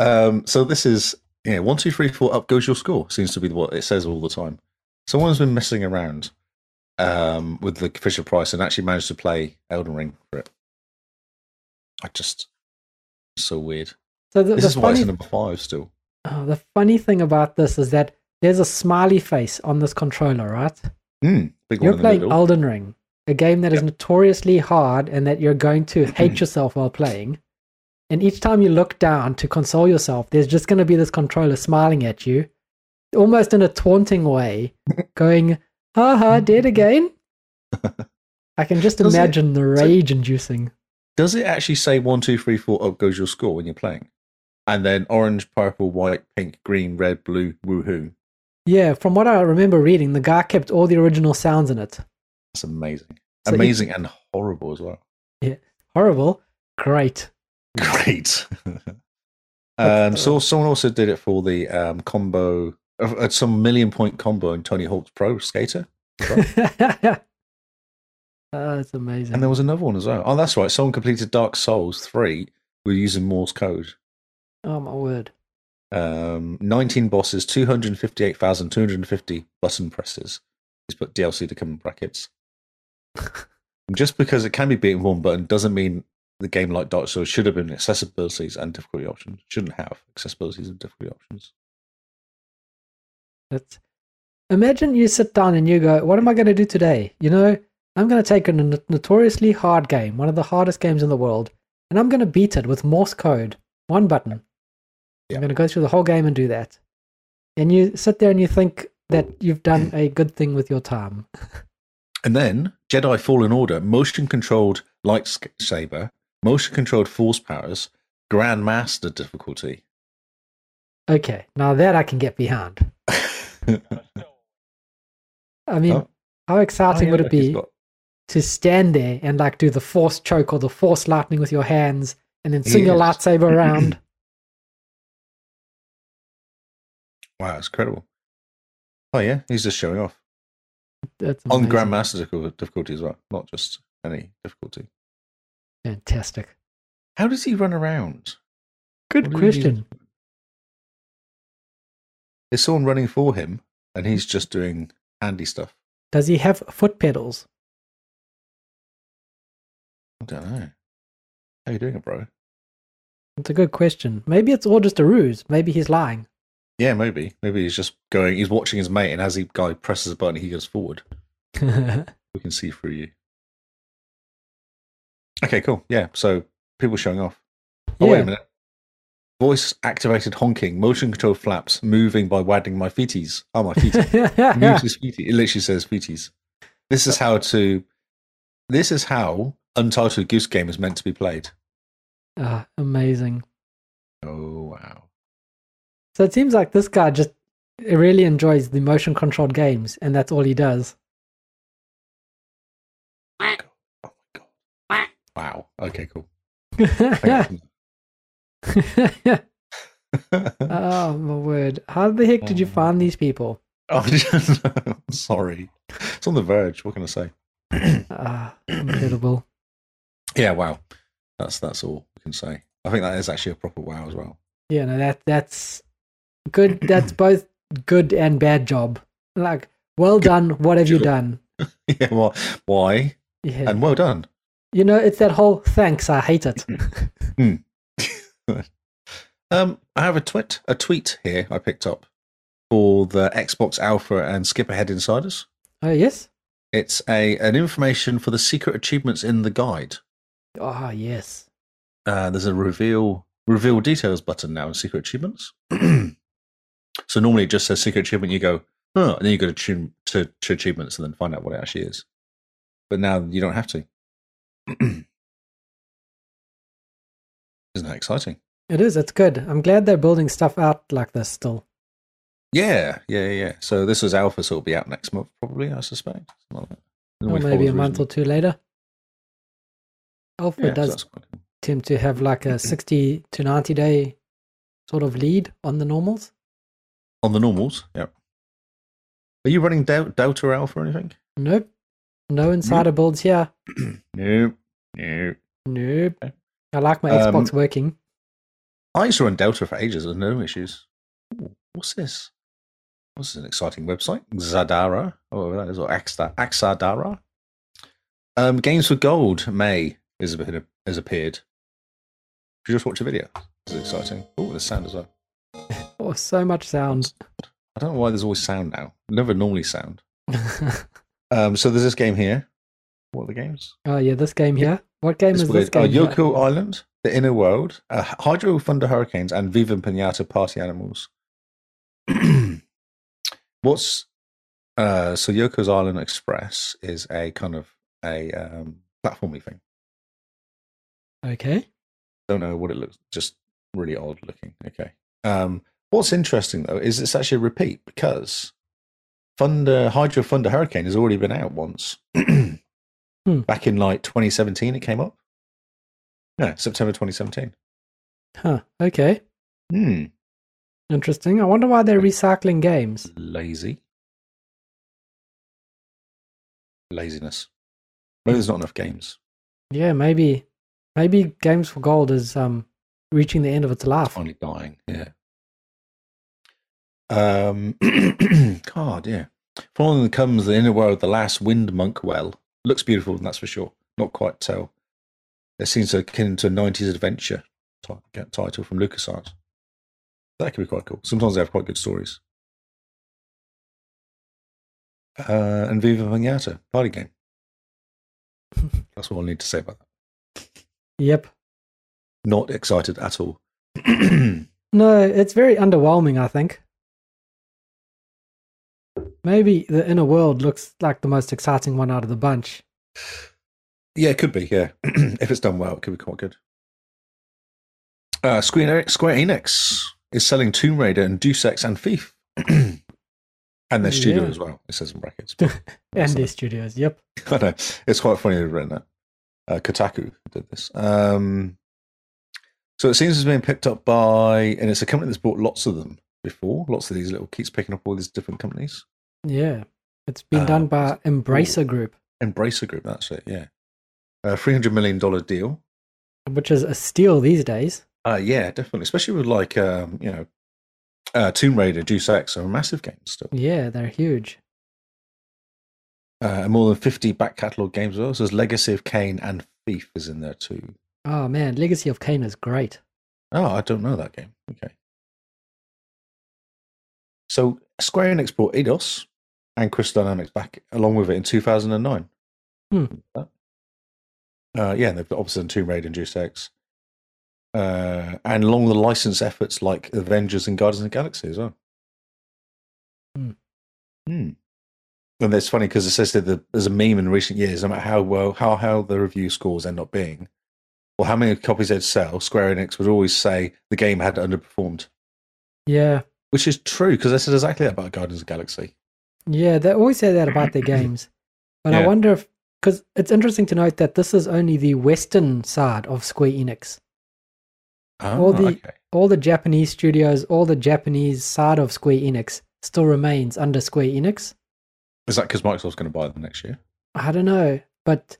Um, so this is yeah, one, two, three, four. Up goes your score. Seems to be what it says all the time. Someone's been messing around um, with the Fisher Price and actually managed to play Elden Ring for it. I just so weird.
So the,
This
the
is why it's
funny,
at number five still.
oh, the funny thing about this is that there's a smiley face on this controller, right?
Mm, big
You're
one in the
playing
middle.
Elden Ring, a game that is notoriously hard and that you're going
<clears throat>
to hate yourself while playing. And each time you look down to console yourself, there's just going to be this controller smiling at you, almost in a taunting way,
<laughs>
going, ha ha, dead again. I can just
Does it-
imagine the
so-
rage inducing.
Does it actually say one, two, three, four? Up goes your score when you're playing, and then orange, purple, white, pink, green, red, blue, woohoo.
Yeah, from what I remember reading, the guy kept all the original sounds in it.
That's amazing,
So it-
amazing and horrible as well.
Horrible. Great.
<laughs> Great. um,
That's-
so someone also did it for the um, combo, uh, uh, some million point combo in Tony Hawk's Pro Skater,
<laughs> oh, that's Oh, amazing.
and there was another one as well. Oh, that's right. Someone completed Dark Souls three. with using Morse code.
oh, my word.
Um, 19 bosses, 258,250 button presses. He's put DLC to come in brackets. Just because it can be beaten with one button doesn't mean the game like Dark Souls should have been accessibilities and difficulty options. Shouldn't have accessibilities and difficulty options.
That's imagine you sit down and you go, "What am I going to do today?" You know, I'm going to take a no- notoriously hard game, one of the hardest games in the world, and I'm going to beat it with Morse code, one button.
Yeah.
I'm going to go through the whole game and do that. And you sit there and you think that you've
<clears throat>
done a good thing with your time.
And then Jedi Fallen Order, motion controlled lightsaber, motion controlled force powers, Grandmaster difficulty.
Okay, now that I can get behind. I mean,
Oh.
how exciting would it
He's
be
got-
to stand there and like do the force choke or the force lightning with your hands and then swing your
Yes.
lightsaber
<clears throat>
around?
Wow, it's incredible. Oh, yeah, he's just showing off.
That's
on
amazing.
grandmaster difficul- difficulty as well, not just any difficulty.
Fantastic.
How does he run around?
Good
What do you do?
question.
Is someone running for him, and he's just doing handy stuff?
Does he have foot pedals?
I don't know. How you doing it, bro?
It's a good question. Maybe it's all just a ruse. Maybe he's lying. <laughs>
Yeah, maybe. Maybe he's just going. He's watching his mate, and as the guy presses a button, he goes forward.
yeah,
We can see through you. Okay, cool. Yeah, so people showing off. Oh, wait a minute. Voice activated honking, motion control flaps, moving by wagging my feeties. Oh,
<laughs>
my feeties. moves his feet. It literally says feeties. This is how to. This is how Untitled Goose Game is meant to be played.
Ah, amazing.
Oh wow!
So it seems like this guy just really enjoys the motion controlled games, and that's all he does. <laughs>
Oh my god! Wow. Okay, cool.
oh,
Thank you. <laughs>
Oh, my word. How the heck did you find these people?
Oh, I'm <laughs> sorry. It's on the verge. What can I say? <clears throat>
Ah, incredible.
Yeah. Wow. That's that's all we can say. I think that is actually a proper wow as well. <laughs>
Yeah, no, that, that's good. That's both good and bad job. Like, well done. What have you
job.
done?
yeah. Well, why?
Yeah.
And well done.
You know, it's that whole thanks, I hate
<laughs>
it.
Um, I have a tweet, a tweet here I picked up for the Xbox Alpha and Skip Ahead Insiders.
oh, yes?
It's a an information for the secret achievements in the guide.
Oh, yes.
Uh, there's a reveal reveal details button now in secret achievements. <clears throat> so normally it just says secret achievement. You go, oh, and then you go to, tune, to to achievements and then find out what it actually is. But now you don't have to. <clears throat> Isn't that exciting?
It is. It's good. I'm glad they're building stuff out like this still.
Yeah, yeah, yeah. So this is alpha, so it'll be out next month probably. I suspect. Something like that. And
Or
we
maybe
follow
a month or
the reason-
two later. Alpha
Yeah, so
does
that's quite cool.
tend to have like
<clears throat>
a 60 to 90 day sort of lead on the normals.
On the normals, yeah. Are you running Dou- Delta Alpha or anything?
Nope. No insider builds here.
No, no.
Nope.
Okay.
I like my
Um,
Xbox working.
I used to run Delta for ages with no issues. Ooh, what's this? This is an exciting website. Zadara, or whatever that is, or Axa- Axadara. Um, Games for Gold May is a bit, has appeared. Did you just watch a video? It's exciting. Oh, the sound as well.
Oh, so much sound. <laughs>
I don't know why there's always sound now. Never normally sound. Um, so there's this game here. What are the games?
oh yeah, this game here. What game
It's
is this
weird.
game?
Oh,
here?
Yoko Island, The Inner World, uh, Hydro Thunder Hurricanes, and Viva Pinata Party Animals. <clears throat> What's uh, so Yoko's Island Express is a kind of a um, platformy thing.
Okay.
Don't know what it looks. Just really odd looking. Okay. Um, what's interesting though is it's actually a repeat because Thunder Hydro Thunder Hurricane has already been out once.
Hmm.
Back in like 2017, it came up. Yeah, September 2017.
Huh. Okay.
Hmm.
Interesting. I wonder why they're recycling games.
Lazy. Laziness. Maybe there's not enough games.
Yeah, maybe maybe Games for Gold is um reaching the end of its life.
Finally dying. Yeah. Um. <clears throat> God. Yeah. Following them comes the inner world, the last wind monk well. Looks beautiful, that's for sure. Not quite tell. It seems akin to a 90s adventure ti- get- title from LucasArts. That could be quite cool. Sometimes they have quite good stories. Uh, and Viva Pinata, party game. That's all I need to say about that.
Yep.
Not excited at all. <clears throat> Maybe
No, it's very underwhelming, I think. Maybe the inner world looks like the most exciting one out of the bunch.
Yeah, it could be. Yeah, <clears throat> if it's done well, it could be quite good. Uh, Square, Enix, Square Enix is selling Tomb Raider and Deus Ex and Thief, <clears throat> and their studio
Yeah.
as well. It says in brackets. but-
And
Awesome.
their studios, yep.
I know it's quite funny they've written that. Uh, Kotaku did this. Um, so it seems it's been picked up by, and it's a company that's bought lots of them before. Lots of these little keeps picking up all these different companies.
Yeah. It's been
Uh,
done by Embracer Group,
Embracer Group, that's it. Yeah, uh, three hundred million dollar deal.
which is a steal these days.
Uh, yeah, definitely. Especially with like um, you know, uh, Tomb Raider, Deus Ex are massive games still.
Yeah, they're huge.
Uh, and more than fifty back catalog games as well. So there's Legacy of Kane and Thief is in there too.
Oh man, Legacy of Kane is great.
Oh, I don't know that game. Okay. So Square Enix bought Eidos and Crystal Dynamics back along with it in 2009.
Hmm.
Uh, yeah, and they've got obviously done Tomb Raider and Deus Ex. Uh, and along the license efforts like Avengers and Guardians of the Galaxy as well.
Hmm.
Hmm. And it's funny because it says that the- there's a meme in recent years, no matter how well, how, how the review scores end up being, or how many copies they'd sell, Square Enix would always say the game had underperformed,
Yeah.
which is true because they said exactly that about Guardians of the Galaxy.
Yeah, they always say that about their games. But I
Yeah.
wonder if, because it's interesting to note that this is only the Western side of Square Enix.
Oh,
the-
okay.
All the Japanese studios, all the Japanese side of Square Enix still remains under Square Enix.
Is that because Microsoft's going to buy them next year?
I don't know, but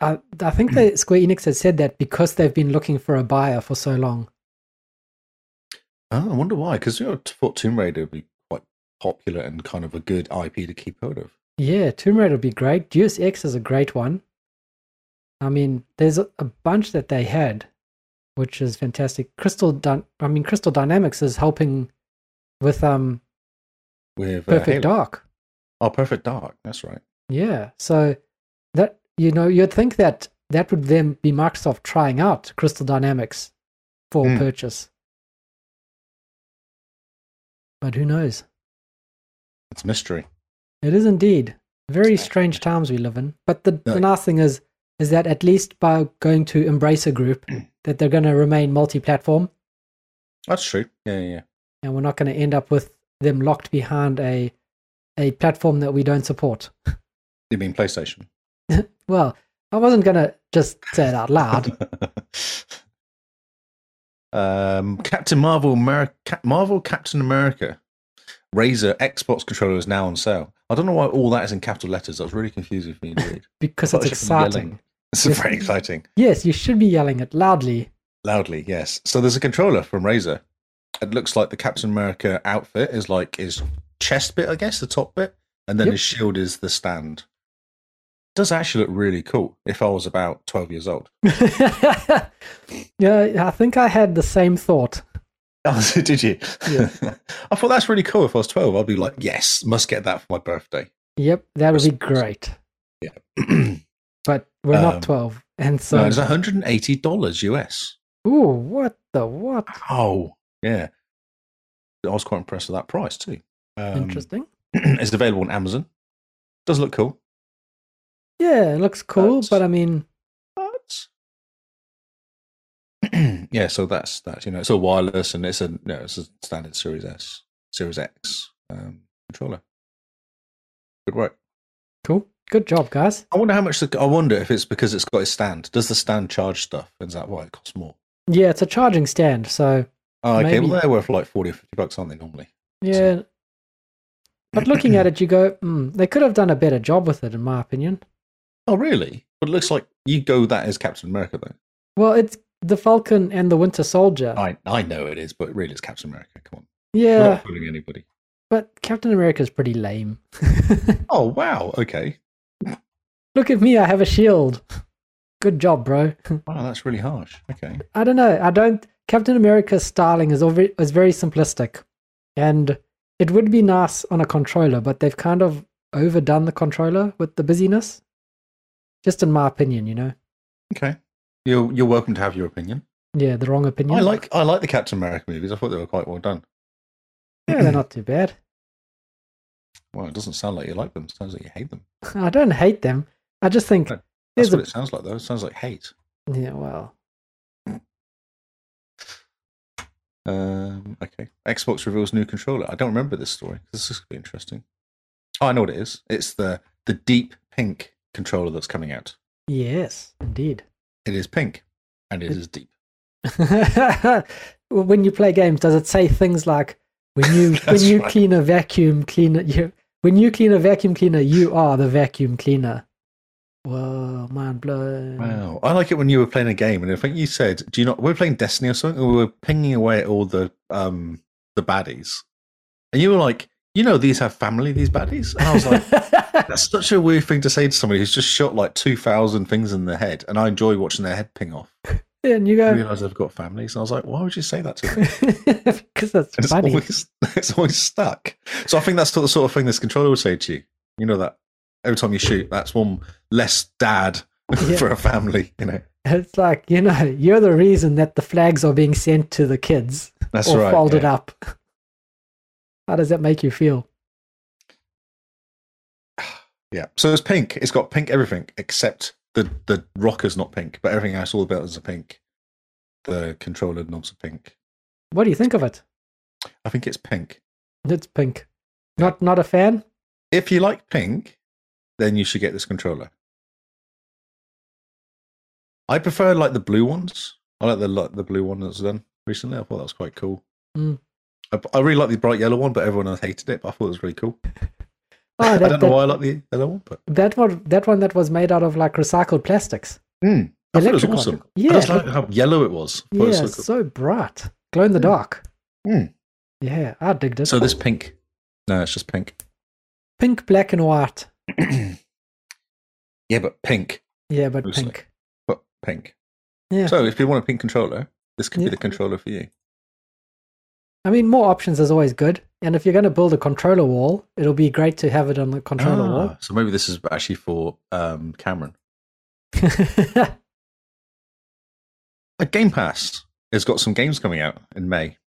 I, I think that Square Enix has said that because they've been looking for a buyer for so long.
Oh, I wonder why. Because you know, I thought Tomb Raider would be quite popular and kind of a good IP to keep hold of.
Yeah, Tomb Raider would be great. Deus Ex is a great one. I mean, there's a a bunch that they had, which is fantastic. Crystal, Dyn- I mean, Crystal Dynamics is helping with um
With uh,
Perfect
Halo.
Dark.
Oh, Perfect Dark. That's right.
Yeah, so that you know, you'd think that that would then be Microsoft trying out Crystal Dynamics for
Hmm.
purchase, but who knows?
It's a mystery.
It is indeed. Very strange times we live in. But the, the
No.
nice thing is, is that at least by going to embrace a
<clears throat>
group, that they're going to remain multi-platform,
That's true. Yeah, yeah. yeah.
and we're not going to end up with them locked behind a a platform that we don't support.
You mean PlayStation?
Well, I wasn't going to just say it out loud.
<laughs> um, Captain Marvel, Mer- Cap- Marvel Captain America, Razer Xbox controller is now on sale. I don't know why all that is in capital letters. That was really confusing for me to read.
because
I
it's
should be yelling.
exciting.
It's
Yes.
very exciting.
Yes, you should be yelling it loudly <laughs>
Loudly, yes. So there's a controller from Razer. It looks like the Captain America outfit is like his chest bit, I guess, the top bit, and then
Yep.
his shield is the stand. Does actually look really cool. If I was about twelve years old, <laughs>
yeah, I think I had the same
<laughs>
thought.
oh, so did you?
Yeah.
I thought that's really cool. If I was twelve, I'd be like, yes, must get that for my birthday. <clears throat>
Yep, that would be
Christmas.
great.
no,
But we're
Um,
not 12. And so,
it's one hundred and eighty dollars US.
ooh, what the what?
Oh, yeah. I was quite impressed with that price too. Um,
Interesting.
<clears throat> it's available on Amazon. Does look cool,
Yeah, it looks cool,
that's-
but I mean,
but <clears throat> yeah. So that's that's you know it's a wireless and it's a no, it's a standard Series S, Series X um, controller. Good work.
cool. Good job, guys.
I wonder how much. The, I wonder if it's because it's got a stand. Does the stand charge stuff? Is that why it costs more?
Yeah, it's a charging stand, so
Oh, okay.
Maybe.
Well, they're worth like forty or fifty bucks, aren't they? Normally.
yeah. But looking at it, you
<clears throat>
go, hmm, they could have done a better job with it, in my opinion.
Oh, really? But it looks like you go that as Captain America though.
Well, it's the Falcon and the Winter Soldier.
I I know it is, but really, it's Captain America. Come on,
yeah,
we're not fooling anybody.
but Captain America's pretty lame. <laughs>
Oh wow, okay.
Look at me, I have a shield. Good job, bro.
Wow, that's really harsh. Okay,
I don't know. I don't. Captain America's styling is over, is very simplistic, and it would be nice on a controller, but they've kind of overdone the controller with the busyness. Just in my opinion, you know.
okay. You're you're welcome to have your opinion.
Yeah, the wrong opinion.
I like I like the Captain America movies. I thought they were quite well done.
<clears throat> Yeah, they're not too bad.
Well, it doesn't sound like you like them. It sounds like you hate them.
I don't hate them. I just think
That's That's
there's
what
a
it sounds like, though. It sounds like hate.
yeah. Well,
Um, okay. Xbox reveals new controller. I don't remember this story. This is gonna be interesting. Oh, I know what it is. It's the the deep pink controller that's coming out.
yes, indeed.
It is pink, and it is deep.
<laughs> when you play games, does it say things like when you when
<laughs> That's
you
right.
clean a vacuum cleaner you when you clean a vacuum cleaner you are the vacuum cleaner? Whoa, mind blown!
Wow, I like it when you were playing a game, and I think you said, "Do you not?" We were playing Destiny or something, and we were pinging away at all the um the baddies, and you were like, "You know, these have family, these baddies." And I was like, <laughs> "That's such a weird thing to say to somebody who's just shot like two thousand things in their head," and I enjoy watching their head ping off.
<laughs> and you
I
go
realize they've got families, and I was like, "Why would you say that to them?"
<laughs> because that's
And it's
funny.
always <laughs> it's always stuck. So I think that's the sort of thing this controller would say to you. You know that every time you shoot, that's one less dad <laughs>
Yeah.
for a family. You know,
It's like you know you're the reason that the flags are being sent to the kids
that's
or
right.
folded
yeah.
up. <laughs> How does that make you feel?
Yeah. So it's pink. It's got pink everything except the the rocker's not pink, but everything else, all the buttons are pink. The controller knobs are pink.
What do you think of it?
I think it's pink.
It's pink. Not not a fan.
If you like pink, then you should get this controller. I prefer like the blue ones. I like the like, the blue one that's done recently. I thought that was quite cool.
Mm.
I, I really like the bright yellow one, but everyone else hated it. But I thought it was really cool.
Oh,
<laughs>
that-
I don't know
that-
why I like the yellow one, but
That one, that one that was made out of like recycled plastics.
Mm. I thought it was
Electric
awesome.
one.
I
Yeah,
just like how yellow it was. I thought it
yeah,
was so cool.
so bright, glow in the
Mm.
dark.
Mm.
Yeah, I digged it.
So this pink. No, it's just pink. <clears throat>
pink, black, and white.
yeah, but pink.
Yeah, but
Mostly.
pink.
But pink.
Yeah,
So if you want a pink controller, this could
Yeah.
be the controller for you.
I mean, more options is always good. And if you're going to build a controller wall, it'll be great to have it on the controller
Ah, so maybe this is actually for um, Cameron.
wall.
Ah. A Game Pass has got some games coming out in May.
<laughs>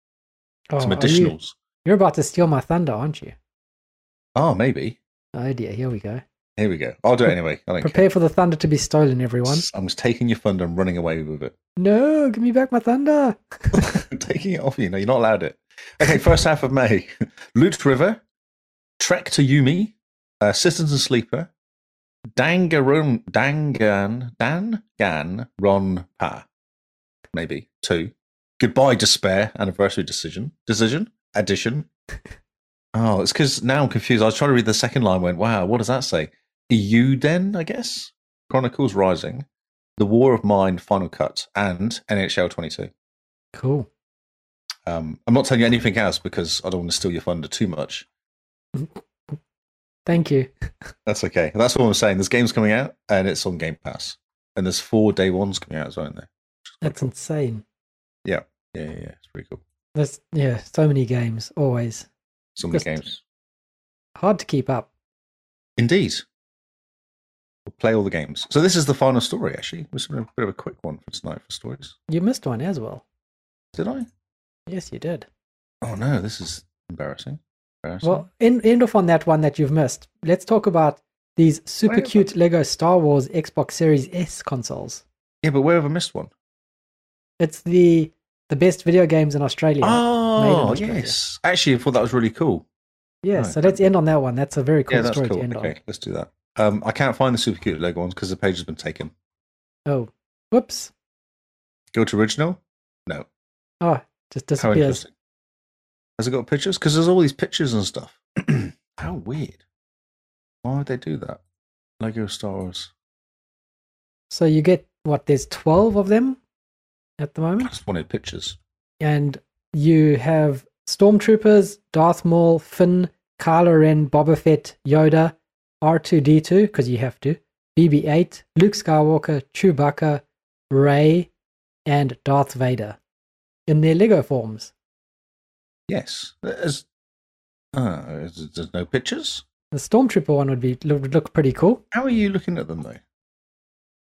Oh,
some
are You,
additionals.
you're about to steal my thunder, aren't you?
Oh, maybe.
Oh dear, here we go.
Here we go. I'll do it anyway. I don't
Prepare for the thunder to be stolen, everyone.
care. I'm just taking your thunder and running away with it.
No, give me back my thunder. <laughs>
<laughs> taking it off you. No, you're not allowed it. Okay, first half of May. <laughs> Loot River, Trek to Yumi, uh, Citizen Sleeper, Dangaron, Dangan, Dangan, Ron Pa. Maybe. Two. Goodbye Despair, Anniversary Decision. Decision? Addition. Oh, it's because now I'm confused. I was trying to read the second line, went, wow, what does that say? Euden, I guess? Chronicles Rising, The War of Mind Final Cut and NHL 22.
Cool.
Um, I'm not telling you anything else because I don't want to steal your thunder too much.
Thank you.
That's okay. That's what I'm saying. There's games coming out and it's on Game Pass. And there's four day ones coming out as well, aren't there?
That's insane.
Yeah, yeah, yeah. It's pretty cool.
That's yeah, so many games always
So many
Just-
games.
hard to keep up.
Indeed. We'll play all the games. So this is the final story, actually. It was a bit of a quick one for tonight for stories.
You missed one as well.
Did I?
Yes, you did.
Oh no, this is embarrassing. embarrassing.
Well, end, end off on that one that you've missed. Let's talk about these super
Wait, but-
cute Lego Star Wars Xbox Series S consoles.
yeah, but where have I missed one?
It's the the best video games in Australia.
Oh,
Australia.
yes. Actually, I thought that was really cool.
yeah,
right.
so let's end on that one. That's a very cool
yeah, that's
story
cool.
to end
Okay, let's do that. Um, I can't find the super cute Lego ones because the page has been taken.
on. Oh, whoops!
Go to original. No,
Oh, just
how
disappears.
interesting. Has it got pictures? Because there's all these pictures and stuff. <clears throat> how weird. Why would they do that? Lego Star Wars.
So you get what? There's twelve of them at the
I
moment,
just wanted pictures.
and you have stormtroopers, Darth Maul, Finn, Kylo Ren, Boba Fett, Yoda, R2D2 because you have to, BB-8, Luke Skywalker, Chewbacca, Ray, and Darth Vader in their Lego forms.
Yes. There's, uh, there's there's no pictures.
The stormtrooper one would be would look pretty cool
How are you looking at them though?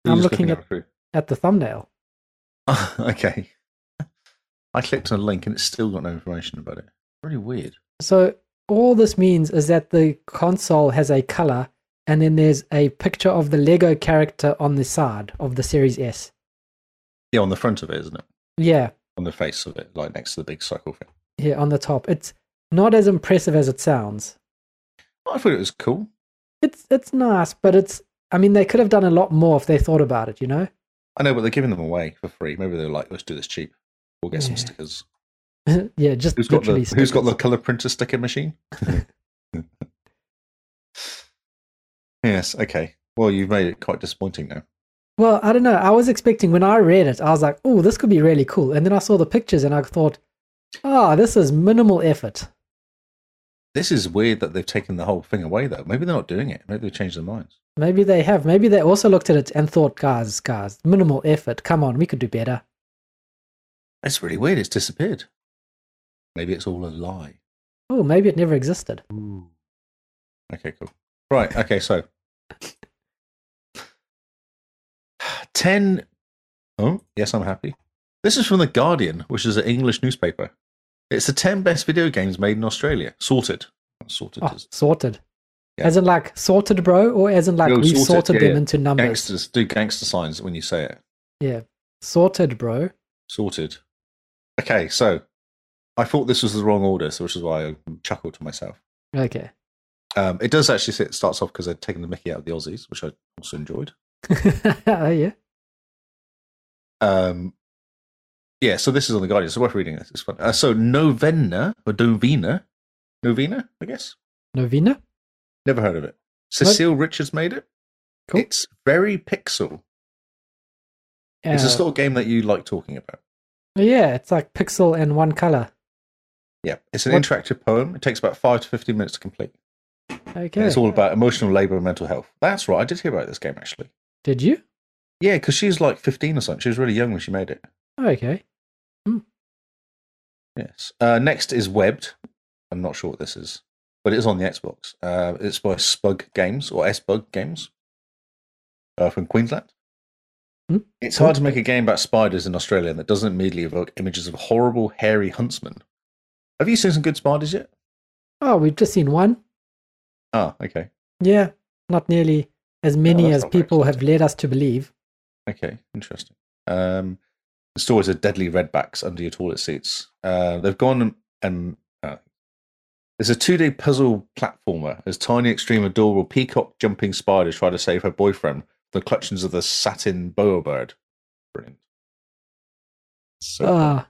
You're
I'm
just
looking at-
it through-
at the thumbnail.
Oh, <laughs> okay. I clicked on a link and it's still got no information about it. Really weird.
So all this means is that the console has a color, and then there's a picture of the Lego character on the side of the Series S.
Yeah, on the front of it, isn't it?
Yeah,
On the face of it, like next to the big cycle thing.
here on the top. It's not as impressive as it sounds.
I thought it was cool.
It's it's nice, but it's. I mean, they could have done a lot more if they thought about it. You know, <laughs>
I know, but they're giving them away for free. Maybe they're like, let's do this cheap. We'll get some
Yeah.
stickers.
yeah, just
Who's got the
literally
Who's got the
stickers.
color printer
<laughs>
sticker machine? <laughs> yes. Okay. Well, you've made it quite disappointing now.
Well, I don't know. I was expecting when I read it, I was like, "Oh, this could be really cool," and then I saw the pictures and I thought, "Ah, this is minimal effort."
This is weird that they've taken the whole thing away, though. Maybe they're not doing it. Maybe they've changed their minds.
Maybe they have. Maybe they also looked at it and thought, guys, guys, minimal effort. Come on, we could do better.
It's really weird. It's disappeared. Maybe it's all a lie.
Oh, maybe it never existed.
Okay, cool. Right. Okay, so <sighs> ten. Oh, yes, I'm happy. This is from the Guardian, which is an English newspaper. It's the ten best video games made in Australia. Sorted. Sorted.
Oh,
is
sorted.
Yeah.
As in like sorted, bro, or as in like
No,
we
sorted,
sorted,
yeah,
them
yeah.
into numbers.
Gangsters do gangster signs when you say it.
Yeah, sorted, bro.
Sorted. Okay, so I thought this was the wrong order, so which is why I chuckled to myself.
Okay. <laughs>
Um, it does actually say it starts off because they've taken the Mickey out of the Aussies, which I also enjoyed.
oh yeah.
Um, yeah, so this is on the Guardian, so worth reading this. It's fun. Uh, so Novena or Novena, Novena, I guess.
Novena.
Never heard of it. Cecile Richards made it.
Cool.
It's very pixel. it's
Uh,
a sort of game that you like talking about.
yeah, it's like pixel and one color.
Yeah, it's an
What-
interactive poem. It takes about five to fifteen minutes to complete.
Okay.
And it's all about emotional labor and mental health. That's right. I did hear about this game actually.
Did you?
Yeah, because she was like fifteen or something. She was really young when she made it.
Okay.
Yes. Uh, next is Webbed. I'm not sure what this is, but it is on the Xbox. Uh, it's by Spug Games or Sbug Games uh, from Queensland.
Hmm.
It's hard to make a game about spiders in Australia that doesn't immediately evoke images of horrible, hairy huntsmen. Have you seen some good spiders yet?
Oh, we've just seen one.
Ah, okay.
Yeah, not nearly as many
that's
as
not very
people have led us to believe.
Okay, interesting. Um, the stories of deadly redbacks under your toilet seats. Uh, they've gone and uh, there's a two-day puzzle platformer as tiny, extreme, adorable peacock jumping spider try to save her boyfriend from the clutches of the satin boa bird. Brilliant. So
Ah.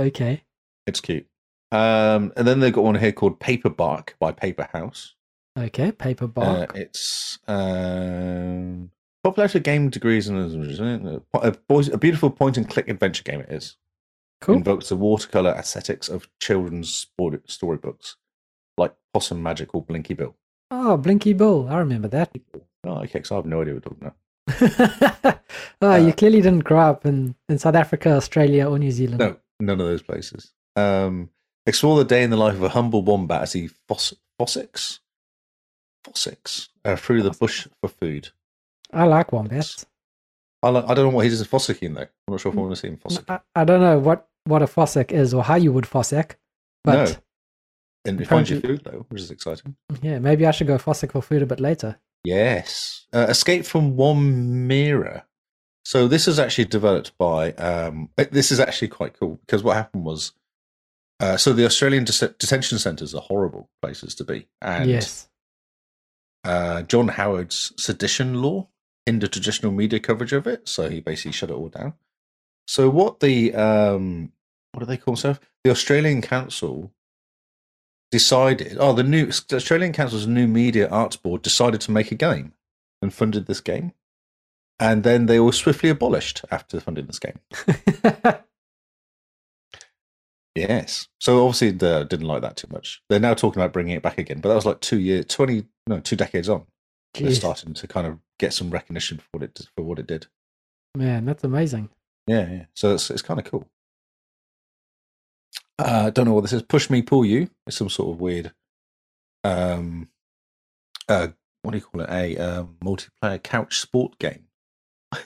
okay.
it's cute. Um, and then they've got one here called Paper Bark by Paper House.
Okay. Paper
Uh,
bark.
it's Uh, um, Popularity of game degrees and Uh, a, a beautiful point and click adventure game. It is
Cool.
invokes the watercolor aesthetics of children's sport- storybooks, like Possum Magic or Blinky Bill.
Oh, Blinky Bill. I remember that. <laughs>
Oh, okay, because I have no idea what we're talking about.
oh, you
Uh,
clearly didn't grow up in, in South Africa, Australia, or New Zealand.
No, none of those places. Um, explore the day in the life of a humble wombat as he foss- fossics, fossics uh, through the bush for food.
I like wombats.
I, like, I don't know what he does in fossicking though. I'm not sure if I want to see him fossick.
I, I don't know what, what a fossick is or how you would fossick, but
And he finds you food though, which is exciting.
yeah, maybe I should go fossick for food a bit later.
Yes. Uh, Escape from One Mirror. So this is actually developed by. Um, uh, this is actually quite cool because what happened was. Uh, so the Australian de- detention centres are horrible places to be, and <laughs>
yes.
uh, John Howard's sedition law hindered traditional media coverage of it, so he basically shut it all down. So what the um, what do they call themselves? The Australian Council decided. Oh, the new the Australian Council's new media arts board decided to make a game and funded this game, and then they were swiftly abolished after funding this game. Yes. So obviously they didn't like that too much. They're now talking about bringing it back again, but that was like two years, twenty no, two decades on they're
Jeez.
starting to kind of get some recognition for what it for what it did.
Man, that's amazing. <laughs>
Yeah, yeah. So it's it's kind of cool. Uh, I don't know what this is. Push me, pull you. It's some sort of weird, um, uh, what do you call it? A um, multiplayer couch sport game. <laughs>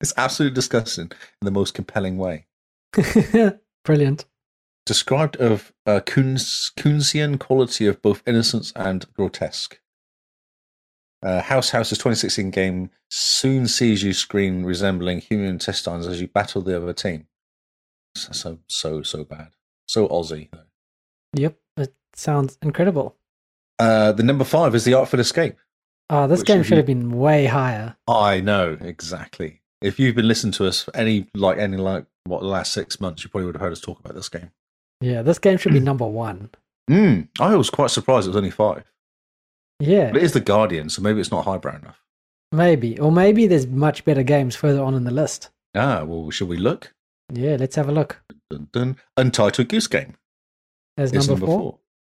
it's absolutely disgusting in the most compelling way.
Brilliant.
Described of uh, Kunz, Kunzian quality of both innocence and grotesque. Uh, House House's 2016 game soon sees you screen resembling human intestines as you battle the other team. So, so, so, so bad. So Aussie.
Yep. It sounds incredible.
Uh, the number five is The Artful Escape.
Oh, this
Which
game
if
should
you-
have been way higher.
I know, exactly. If you've been listening to us for any, like, any, like, what, the last six months, you probably would have heard us talk about this game.
Yeah, this game
Hmm.
should be number one.
Mm, I was quite surprised it was only five.
Yeah,
But it is The Guardian, so maybe it's not highbrow enough.
maybe. Or maybe there's much better games further on in the list.
Ah, well, should we look?
Yeah, let's have a look.
Dun, dun. Untitled Goose Game
There's
is
number,
number
four.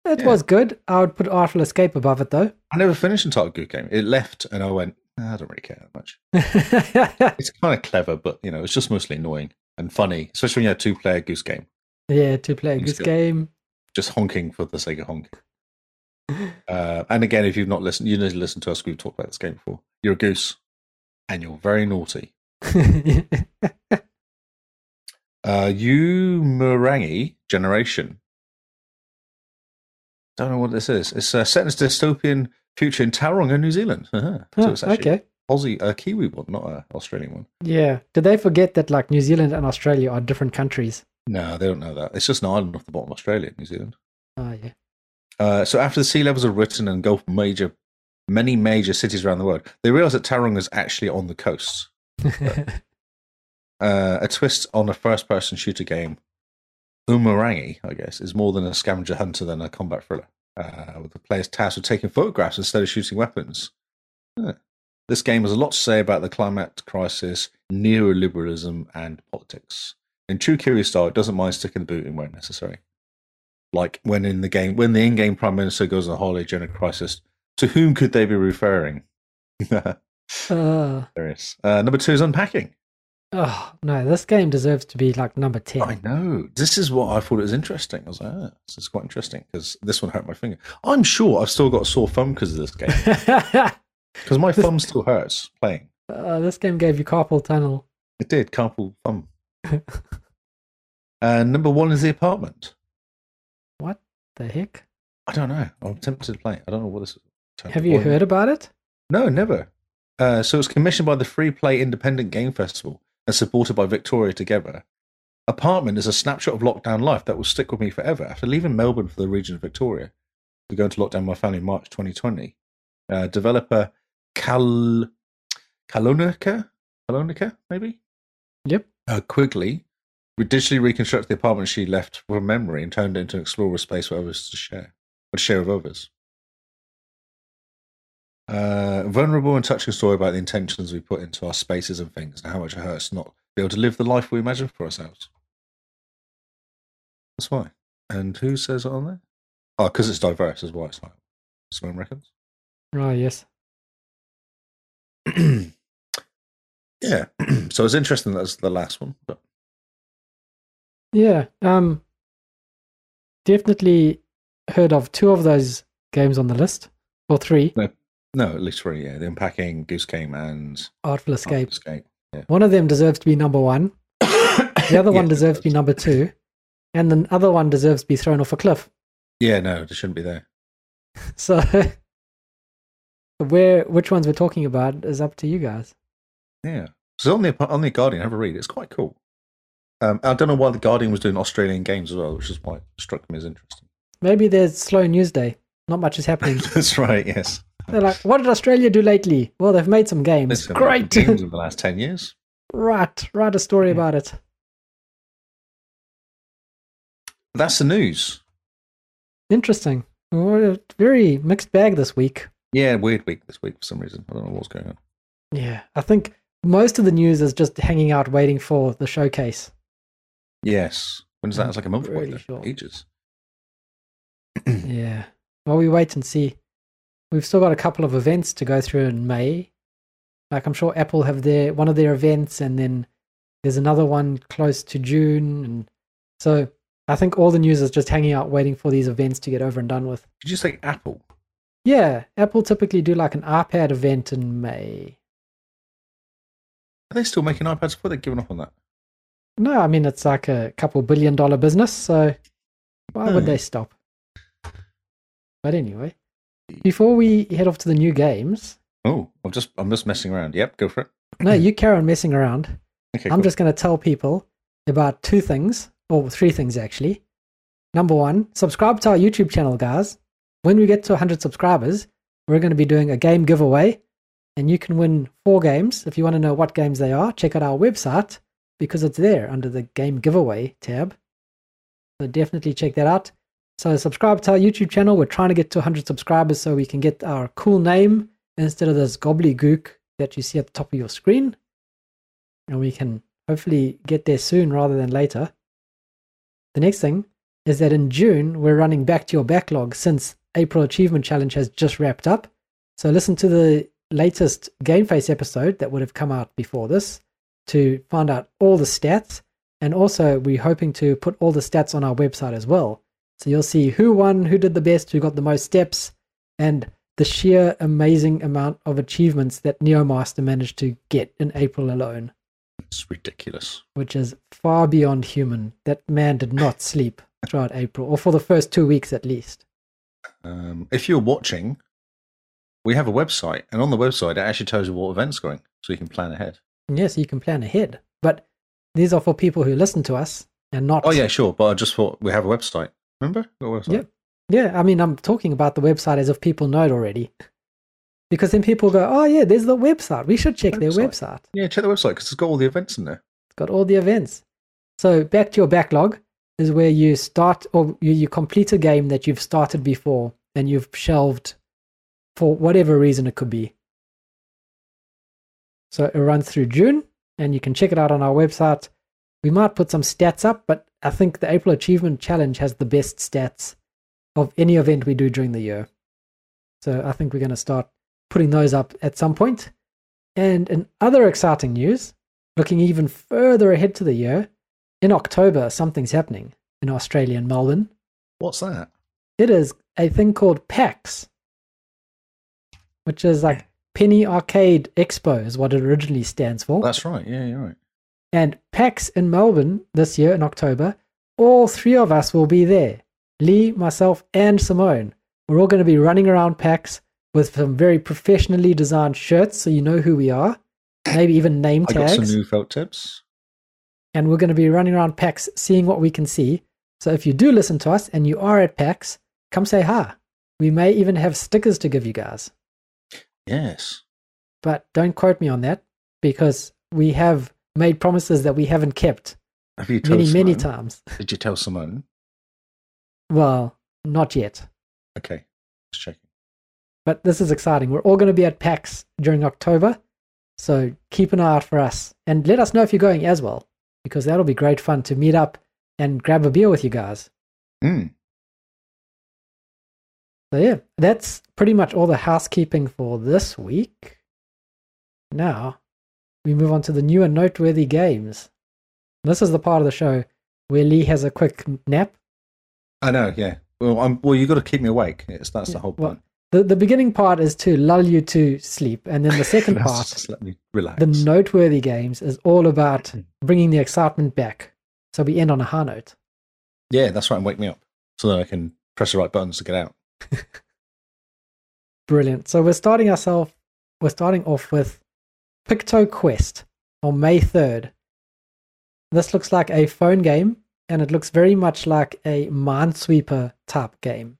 four.
It
Yeah.
was good. I would put Artful Escape above it though. <laughs>
I never finished Untitled Goose Game. It left, and I went, "Nah, I don't really care that much.
yeah,
It's kind of clever, but you know, it's just mostly annoying and funny, especially when you have two player Goose Game,
two player
It's
goose
good.
game. <laughs>
just honking for the sake of <laughs> honking. uh, and again, if you've not listened, you need to listen to us. We've talked about this game before. You're a goose, and you're very naughty. Uh, you Murangi Generation. Don't know what this is. It's uh, set in a dystopian future in Tauranga, New Zealand. <laughs> Uh-huh. so
Huh,
it's actually
okay.
Aussie, a Kiwi one, not an Australian one.
Yeah. Did they forget that like New Zealand and Australia are different countries?
No, they don't know that. It's just an island off the bottom of Australia, New Zealand.
Oh yeah.
Uh, so after the sea levels are written and engulfed major, many major cities around the world, they realise that Tauranga is actually on the coast. Uh, a twist on a first-person shooter game, Umarangi, I guess, is more than a scavenger hunter than a combat thriller, uh, with the player's tasked with taking photographs instead of shooting weapons. Huh. This game has a lot to say about the climate crisis, neoliberalism, and politics. In true Kiwi style, it doesn't mind sticking the boot in where necessary. Like when in the game, when the in-game prime minister goes on a holiday during a crisis, to whom could they be referring? <laughs> there
uh,
is. Uh, number two is unpacking.
oh no, this game deserves to be like number ten.
I know. This is what I thought was interesting. I was like, ah, this is quite interesting because this one hurt my finger. I'm sure I've still got a sore thumb because of
<laughs>
this game because my thumb still hurts playing.
<laughs> Uh, this game gave you carpal tunnel.
It did, carpal
<laughs>
thumb. And number one is the apartment.
What the heck?
I don't know. I'm tempted to play. it. I don't know what this is.
Have you heard about it?
No, never. Uh, so it's commissioned by the Free Play Independent Game Festival and supported by Victoria Together. Apartment is a snapshot of lockdown life that will stick with me forever. After leaving Melbourne for the region of Victoria to go into lockdown with my family in March 2020, uh, developer Cal Calonica, Calonica maybe
Yep.
uh, Quigley re- digitally reconstructed the apartment she left from memory and turned it into an explorer space for others to share, or to share with others. Uh, vulnerable and touching story about the intentions we put into our spaces and things and how much it hurts not to be able to live the life we imagine for ourselves. That's why. And who says it on there? Oh, because it's diverse is why it's like. Someone reckons?
Right, Oh, yes.
<clears throat> yeah. <clears throat> so it's interesting that's the last one. But
Yeah. Um definitely heard of two of those games on the list. Or three.
no, at least three, yeah. The Unpacking, Goose Game and
Artful Escape.
Escape.
One of them deserves to be number <coughs> one. The other one
Yeah,
deserves to be number two. And the other one deserves to be thrown off a cliff.
Yeah, no, it shouldn't be there.
So <laughs> where which ones we're talking about is up to you guys.
Yeah. So on the on the Guardian, have a read. It's quite cool. Um, I don't know why the Guardian was doing Australian games as well, which is why it struck me as interesting. <laughs>
Maybe there's slow news day. Not much is happening.
That's right. Yes.
They're like, what did Australia do lately? Well, they've made some games.
It's been a lot of
Great.
games in the last ten years.
<laughs> right. Write a story about it.
That's the news.
Interesting. We're a very mixed bag this week.
Yeah, weird week this week for some reason. I don't know what's going on.
Yeah. I think most of the news is just hanging out waiting for the showcase.
Yes. When is that? It's like a month away.
Pretty
though.
sure.
Ages.
yeah. Well, we wait and see. We've still got a couple of events to go through in May. Like I'm sure Apple have their one of their events and then there's another one close to June and so I think all the news is just hanging out waiting for these events to get over and done with.
Did you say Apple?
Yeah, Apple typically do like an iPad event in May.
Are they still making iPads? Before they've given up on that.
No, I mean it's like a couple billion dollar business, so why would
Hmm.
they stop? But anyway, before we head off to the new games,
Oh, I'm just I'm just messing around. Yep, go for it.
no, you carry on messing around.
Okay,
I'm
cool.
just going to tell people about two things, or three things actually. Number one, subscribe to our YouTube channel, guys. When we get to 100 subscribers, we're going to be doing a game giveaway, and you can win four games. If you want to know what games they are, check out our website because it's there under the game giveaway tab. So definitely check that out. So subscribe to our YouTube channel. We're trying to get to 100 subscribers so we can get our cool name instead of this gobbledygook that you see at the top of your screen and we can hopefully get there soon rather than later. The next thing is that in June, we're running back to your backlog since April Achievement Challenge has just wrapped up. So listen to the latest Game Face episode that would have come out before this to find out all the stats. And also, we're hoping to put all the stats on our website as well. So you'll see who won, who did the best, who got the most steps, and the sheer amazing amount of achievements that Neomaster managed to get in April alone
It's ridiculous.
which is far beyond human. That man did not sleep throughout April, or for the first two weeks at least.
Um, if you're watching, we have a website, and on the website, it actually tells you what events going, so you can plan ahead.
And yes, you can plan ahead, but these are for people who listen to us and not.
Oh yeah, sure, but I just thought we have a website. Remember? Got a website.
Yep. Yeah, I mean, I'm talking about the website as if people know it already. Because then people go, oh, yeah, there's the website. We should check their
Website.
website.
Yeah, check the website because it's got all the events in there.
It's got all the events. So back to your backlog is where you start or you, you complete a game that you've started before and you've shelved for whatever reason it could be. So it runs through June and you can check it out on our website. We might put some stats up, but I think the April Achievement Challenge has the best stats of any event we do during the year. So I think we're going to start putting those up at some point. And in other exciting news, Looking even further ahead to the year, in October, something's happening in Australia and Melbourne.
What's that?
It is a thing called PAX, which is like Penny Arcade Expo, is what it originally stands for.
Oh, That's right. Yeah, you're right.
And PAX in Melbourne this year in October, all three of us will be there Lee, myself, and Simone. We're all going to be running around PAX with some very professionally designed shirts so you know who we are, maybe even name
I
tags
got some new felt tips.
and we're going to be running around PAX seeing what we can see. So if you do listen to us and you are at PAX, come say hi. We may even have stickers to give you guys,
Yes.
but don't quote me on that because we have made promises that we haven't kept
Have you told
many, many
Simone?
times.
Did you tell Simone?
Well, not yet.
Okay, just checking.
But this is exciting. We're all going to be at PAX during October. So keep an eye out for us. And let us know if you're going as well, because that'll be great fun to meet up and grab a beer with you guys.
Hmm.
Mm.
So, yeah, that's pretty much all the housekeeping for this week. Now, we move on to the new and noteworthy games. This is the part of the show where Lee has a quick nap.
I know. Yeah. Well, I'm, well, you got to keep me awake. It's that's the whole
Well, <laughs>
point.
The, the beginning part is to lull you to sleep. And then the
<laughs>
second
That's
part
just let me relax.
the noteworthy games is all about bringing the excitement back. So we end on a high note.
yeah, that's right. Wake me up so then I can press the right buttons to get out.
Brilliant. So we're starting ourselves. We're starting off with Picto Quest on May third. This looks like a phone game, and it looks very much like a Minesweeper type game.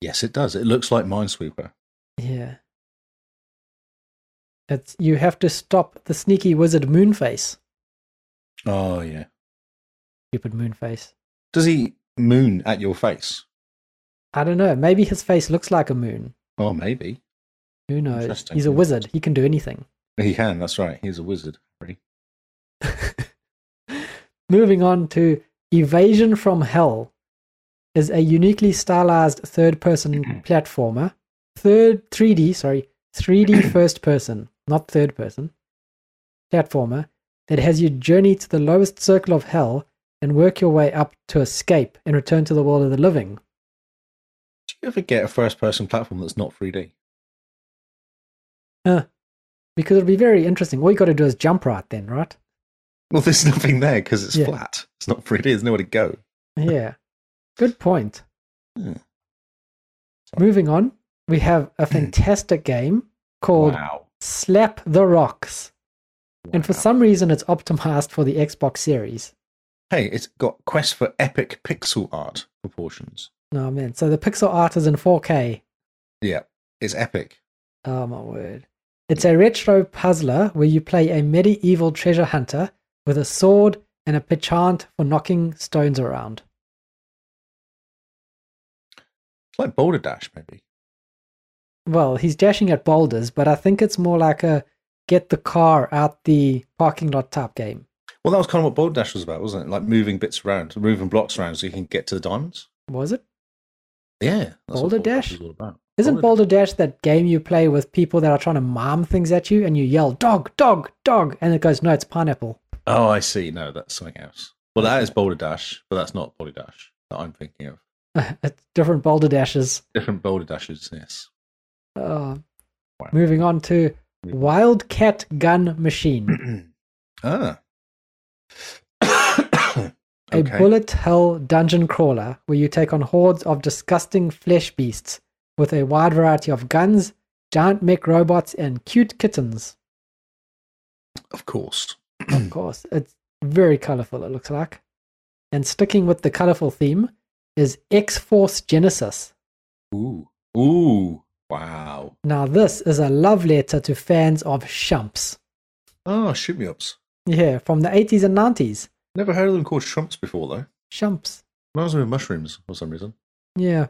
Yes, it does. It looks like Minesweeper.
Yeah. It's you have to stop the sneaky wizard Moonface.
Oh yeah.
Stupid Moonface.
Does he moon at your face?
I don't know. Maybe his face looks like a moon.
Oh, maybe
Who knows?
Interesting.
He's a wizard. He can do anything.
he can. That's right. He's a wizard. Harry.
Moving on to Evasion from Hell is a uniquely stylized third person platformer. Third 3D, sorry, 3D first person, not third person platformer that has you journey to the lowest circle of hell and work your way up to escape and return to the world of the living.
Do you ever get a first-person platform that's not 3D?
Because it'll be very interesting. All you got to do is jump right then, right?
Well, there's <laughs> nothing there because it's
Yeah.
flat. It's not 3D. There's nowhere to go.
Yeah. Good point.
Hmm.
Moving on, we have a fantastic game called
Wow.
Slap the Rocks. And for
Wow.
some reason, it's optimized for the Xbox Series.
Hey, it's got quest for epic pixel art proportions.
Oh man, so the pixel art is in 4K.
Yeah, it's epic.
Oh my word. It's a retro puzzler where you play a medieval treasure hunter with a sword and a penchant for knocking stones around.
It's like Boulder Dash, maybe.
Well, he's dashing at boulders, but I think it's more like a get the car out the parking lot type game.
Well, that was kind of what Boulder Dash was about, wasn't it? Like moving bits around, moving blocks around so you can get to the diamonds.
Was it?
Yeah, that's what
Boulder Dash?
was all about.
Isn't Boulder Dash that game you play with people that are trying to mom things at you and you yell, dog, dog, dog, and it goes, no, it's pineapple.
Oh, I see. No, that's something else. Well, that is Boulder Dash, but that's not Boulder Dash that I'm thinking of.
<laughs> it's different Boulder Dashes.
Different Boulder Dashes, yes.
Uh,
Wow.
Moving on to Wildcat Gun Machine,
<clears throat> <coughs> ah.
a bullet hell dungeon crawler where you take on hordes of disgusting flesh beasts with a wide variety of guns, giant mech robots, and cute kittens.
Of course.
of course. It's very colorful, it looks like. And sticking with the colorful theme is X Force Genesis.
Ooh. Ooh. Wow.
Now, this is a love letter to fans of Shumps.
Oh, shoot me ups.
Yeah, from the 80s and 90s.
Never heard of them called shumps before, though.
Shumps.
Reminds me of mushrooms for some reason.
Yeah.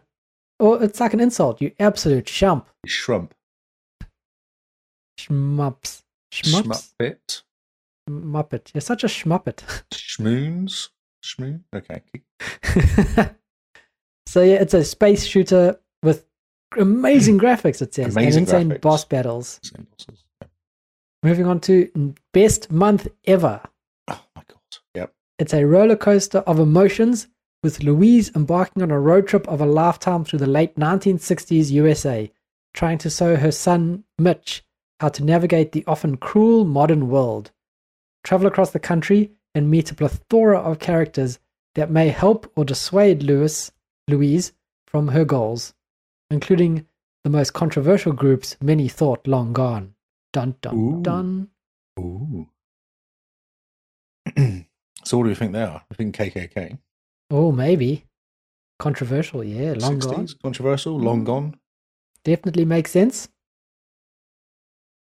Or it's like an insult. You absolute shump.
Shrump.
Shmups. Shmups?
Schmuppet.
Muppet. You're such a schmuppet. <laughs>
Schmoons. Schmoon. Okay. keep-
so, yeah, it's a space shooter with
<clears throat>
amazing graphics, it says,
Amazing
and insane
graphics.
boss battles.
same bosses.
Moving on to best month ever.
Oh my god. Yep.
It's a roller coaster of emotions with Louise embarking on a road trip of a lifetime through the late 1960s USA, trying to show her son, Mitch, how to navigate the often cruel modern world. Travel across the country and meet a plethora of characters that may help or dissuade Lewis, Louise from her goals, including the most controversial groups many thought long gone. Dun dun
Ooh.
dun.
Ooh. <clears throat> so what do we think they are? I think KKK.
Oh, maybe. Controversial, yeah. Long gone. Mm.
60s, controversial, long gone.
definitely makes sense.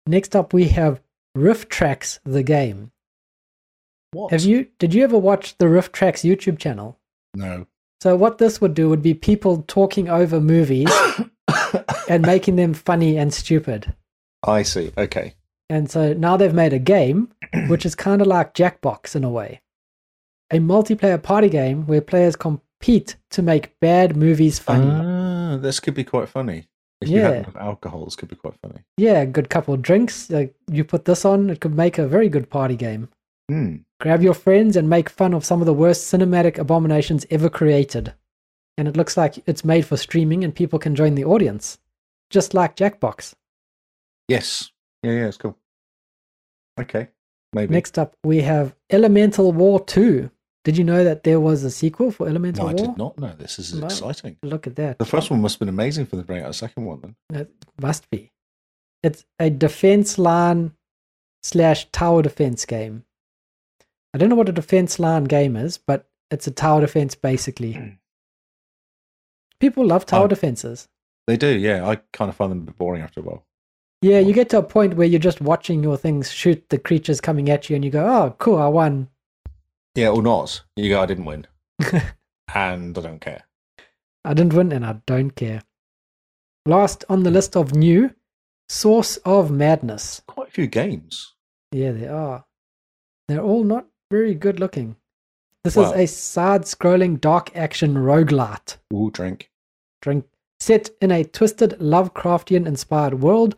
Next up, we have Riff Tracks, the game.
What?
Have you? Did you ever watch the Riff Tracks YouTube channel?
No. <coughs>
So what this would do would be people talking over movies and making them funny and stupid.
I see. Okay.
And so now they've made a game, which is kind of like Jackbox in a way a multiplayer party game where players compete to make bad movies funny.
Ah, this could be quite funny. If you had
Yeah.
enough alcohol, this could be quite funny.
yeah, a good couple of drinks. Like you put this on, it could make a very good party game.
Hmm.
Grab your friends and make fun of some of the worst cinematic abominations ever created. And it looks like it's made for streaming and people can join the audience. Just like Jackbox.
Yes. Yeah, yeah, it's cool. Okay. Maybe.
Next up, we have Elemental War 2. Did you know that there was a sequel for Elemental
no, I
War?
did not know. This is
No.
exciting.
Look at that.
The first one must have been amazing for the bring out a second one then.
It must be. It's a defense line slash tower defense game. I don't know what a defense line game is, but it's a tower defense basically. People love tower
Hmm. Oh.
defenses.
They do, yeah. I kind of find them a bit boring after a while.
Yeah, you get to a point where you're just watching your things shoot the creatures coming at you, and you go, "Oh, cool, I won."
Yeah, or not. You go, I
<laughs>
didn't win. and I don't care.
I didn't win, and I don't care. Last on the list of new, Source of Madness.
Quite a few games.
Yeah, they are. They're all not very good looking. This is
Wow.
a side scrolling dark action roguelite.
Ooh, drink.
Drink set in a twisted Lovecraftian inspired world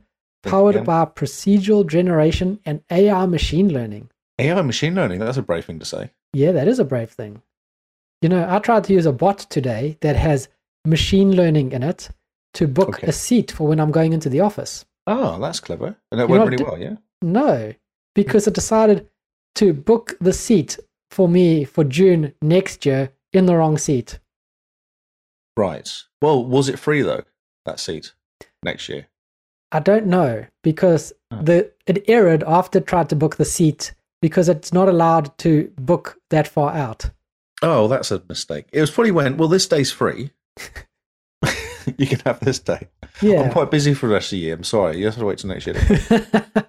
Drink
powered
again.
by procedural generation and AI machine learning.
AI machine learning, that's a brave thing to say.
Yeah, that is a brave thing. You know, I tried to use a bot today that has machine learning in it to book
Okay.
a seat for when I'm going into the office.
Oh, that's clever. And that
You know,
went really
d-
well, yeah?
No, because it decided to book the seat for me for June next year in the wrong seat.
Right. Well, was it free though, that seat next year?
I don't know because
Oh.
the it errored after it tried to book the seat because it's not allowed to book that far out.
Oh, that's a mistake. It was probably when, well, this day's free. <laughs> you can have this day. I'm
Yeah. <laughs>
quite busy for the rest of the year. I'm sorry. You have to wait till next year. <laughs>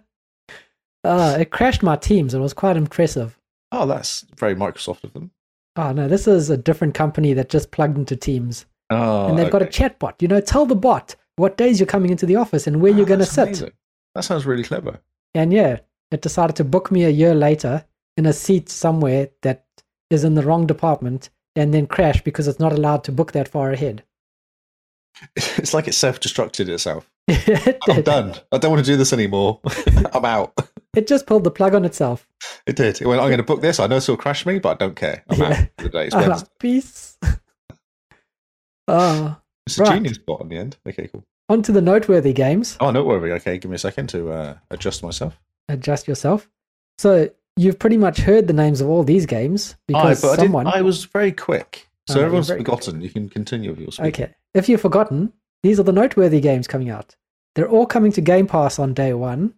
uh, it crashed my teams. It was quite impressive.
oh, that's very Microsoft of them.
Oh no, this is a different company that just plugged into Teams.
Oh,
and they've got a
okay.
chat bot. You know, tell the bot what days you're coming into the office and where
Oh,
you're gonna
that's
sit.
amazing. That sounds really clever. <laughs>
And yeah, it decided to book me a year later in a seat somewhere that is in the wrong department and then crash because it's not allowed to book that far ahead. <laughs>
It's like it self destructed itself.
it, <laughs>
I'm
did.
done. I don't want to do this anymore. <laughs> I'm out.
It just pulled the plug on itself.
It did. It went, I'm going to book this. I know this will crash me, but I don't care. I'm
Yeah. Uh-huh.
out for the day. It's,
I'm
Wednesday.
like, <laughs> peace. uh,
it's a
Right.
genius bot in the end. Okay, cool.
on to the noteworthy games.
Oh, no worry. Okay, give me a second to uh, adjust myself.
Adjust yourself. So you've pretty much heard the names of all these games because
I, but I didn't-
someone.
I, was very quick.
Oh,
So
you're
everyone's
very
forgotten. You can continue with your speech.
Okay. If you've forgotten, these are the noteworthy games coming out. They're all coming to Game Pass on day one,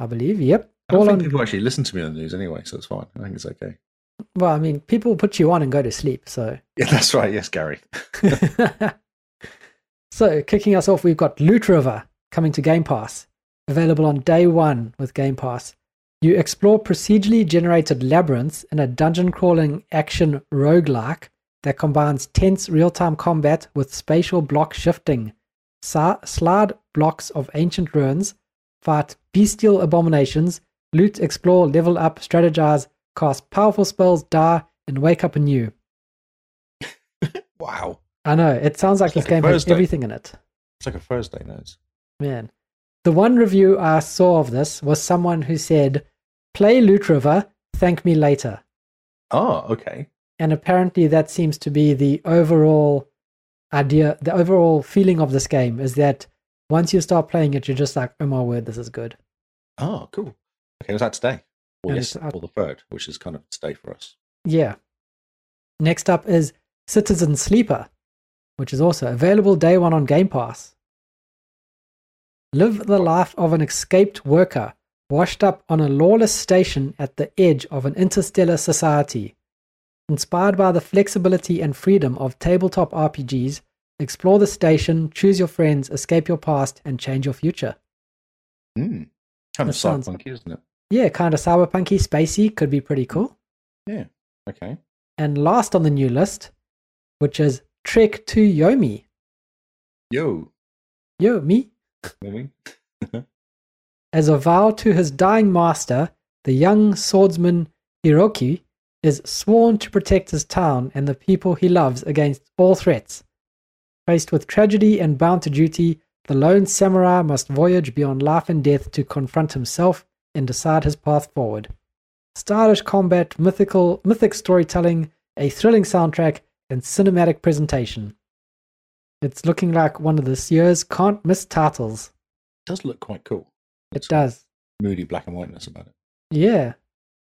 I believe. Yep.
I don't
all
think
on
people actually listen to me on the news anyway, so it's fine. I think it's okay. <laughs>
Well, I mean, people put you on and go to sleep. So,
Yeah, that's right. Yes, Gary. <laughs>
<laughs> so kicking us off, we've got Loot River coming to Game Pass, available on day one with Game Pass. You explore procedurally generated labyrinths in a dungeon crawling action roguelike that combines tense real time combat with spatial block shifting. Sa- slide blocks of ancient ruins, fight bestial abominations, loot, explore, level up, strategize, cast powerful spells, die, and wake up anew.
Wow.
I know. It sounds like
It's
this
like a
game has
Thursday.
everything in it.
It's like a Thursday notes.
Man. The one review I saw of this was someone who said, Play Loot River, thank me later.
Oh, okay.
And apparently that seems to be the overall idea, the overall feeling of this game is that once you start playing it, you're just like, oh my word, this is good.
Oh, cool. Okay, was that today? Or
Yeah,
yes,
it's out.
or the third, which is kind of today for us.
Yeah. Next up is Citizen Sleeper, which is also available day one on Game Pass. Live the life of an escaped worker washed up on a lawless station at the edge of an interstellar society. Inspired by the flexibility and freedom of tabletop RPGs, explore the station, choose your friends, escape your past, and change your future.
Mm.
That
Kind of
sounds-
cyberpunk, isn't it?
Yeah, kind of cyberpunky, spacey, could be pretty cool.
Yeah. Okay.
And last on the new list, which is Trek to Yomi.
Yo,
Yomi.
you know what I mean?
As a vow to his dying master, the young swordsman Hiroki is sworn to protect his town and the people he loves against all threats. Faced with tragedy and bound to duty, the lone samurai must voyage beyond life and death to confront himself and decide his path forward. Stylish combat, mythical mythic storytelling, a thrilling soundtrack, and cinematic presentation. It's looking like one of this year's can't miss titles.
does look quite cool.
It
It's got
does.
Moody black and whiteness about it.
Yeah.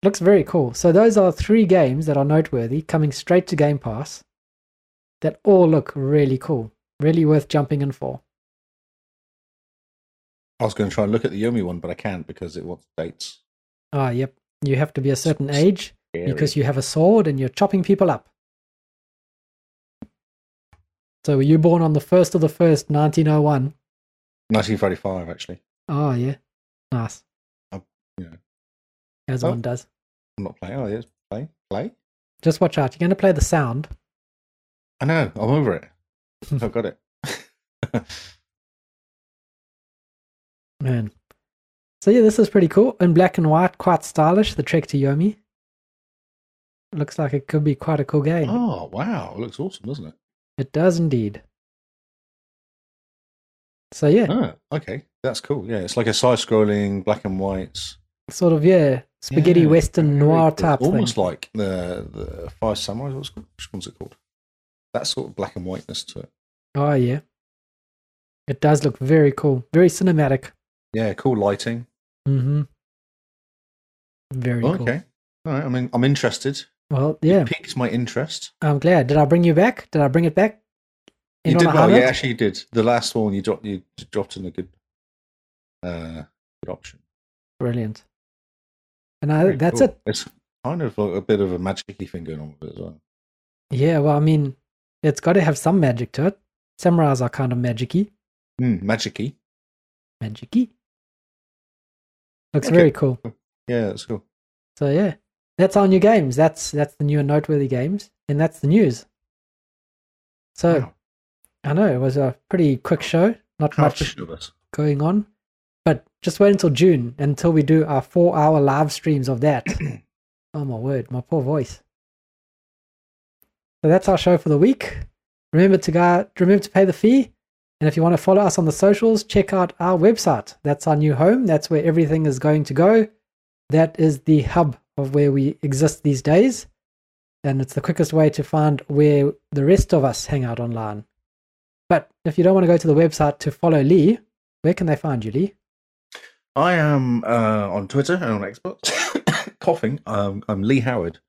Looks very cool. So those are three games that are noteworthy coming straight to Game Pass that all look really cool. Really worth jumping in for.
I was going to try and look at the Yomi one, but I can't because it wants dates.
Ah, yep. You have to be a certain age because
Scary.
you have a sword and you're chopping people up. So were you born on the 1st of the 1st, 1901?
1935, actually.
Oh, yeah. Nice.
Uh, yeah.
As
Oh.
one does.
I'm not playing. Oh, yes, play, play.
Just watch out. You're going to play the sound.
I know. I'm over
<laughs>
it. I've got it.
Man. So yeah, this is pretty cool. In black and white, quite stylish, the Trek to Yomi. Looks like it could be quite a cool game.
Oh wow, it looks awesome, doesn't it?
It does indeed. So yeah,
Oh, okay, that's cool. Yeah, it's like a side-scrolling black and whites
sort of yeah, spaghetti
Yeah,
western
very
noir
cool.
type thing.
almost like the the Five Samurai. What's it called? Which one's it called? That sort of black and whiteness to it.
Oh yeah. It does look very cool. Very cinematic.
Yeah, cool lighting.
Mm-hmm. Very cool.
okay, all right. I mean, I'm interested.
Well, yeah.
Piqued my interest.
I'm glad. Did I bring you back? Did I bring it back?
You
Anyone
did
a
well. Yeah,
highlight?
actually, you did. The last one you dropped, you dropped in a good, uh, good option.
Brilliant. And I,
Very
Oh, that's
cool.
it.
It's kind of like a bit of a magicy thing going on with it as well.
Yeah, well, I mean, it's got to have some magic to it. Samurais are kind of magicy,
Mm, magicy.
magicy. Looks
Okay.
very cool.
Yeah, that's cool.
So yeah, that's our new games. That's that's the new and noteworthy games, and that's the news. So
Wow.
I know it was a pretty quick show. Not
How
much
efficient of us.
going on, but just wait until June until we do our four-hour live streams of that. oh my word, my poor voice. So that's our show for the week. Remember to go, remember to pay the fee. And if you want to follow us on the socials, check out our website. That's our new home. That's where everything is going to go. That is the hub of where we exist these days. And it's the quickest way to find where the rest of us hang out online. But if you don't want to go to the website to follow Lee, where can they find you, Lee?
I am uh, on Twitter and on Xbox. <coughs> coughing. Um, I'm Lee Howard.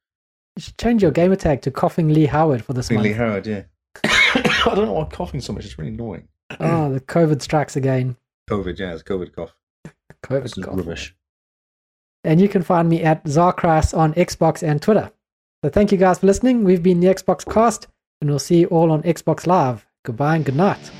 You should change your gamer tag to Coughing Lee Howard for this
Being Lee
month.
Howard, yeah. <coughs> I don't know why I'm coughing so much. It's really annoying.
Oh, the COVID strikes again.
COVID, yeah, it's COVID cough. This
COVID
is
cough.
rubbish.
And you can find me at Zarkras on Xbox and Twitter. So thank you guys for listening. We've been the Xbox Cast, and we'll see you all on Xbox Live. Goodbye and good night.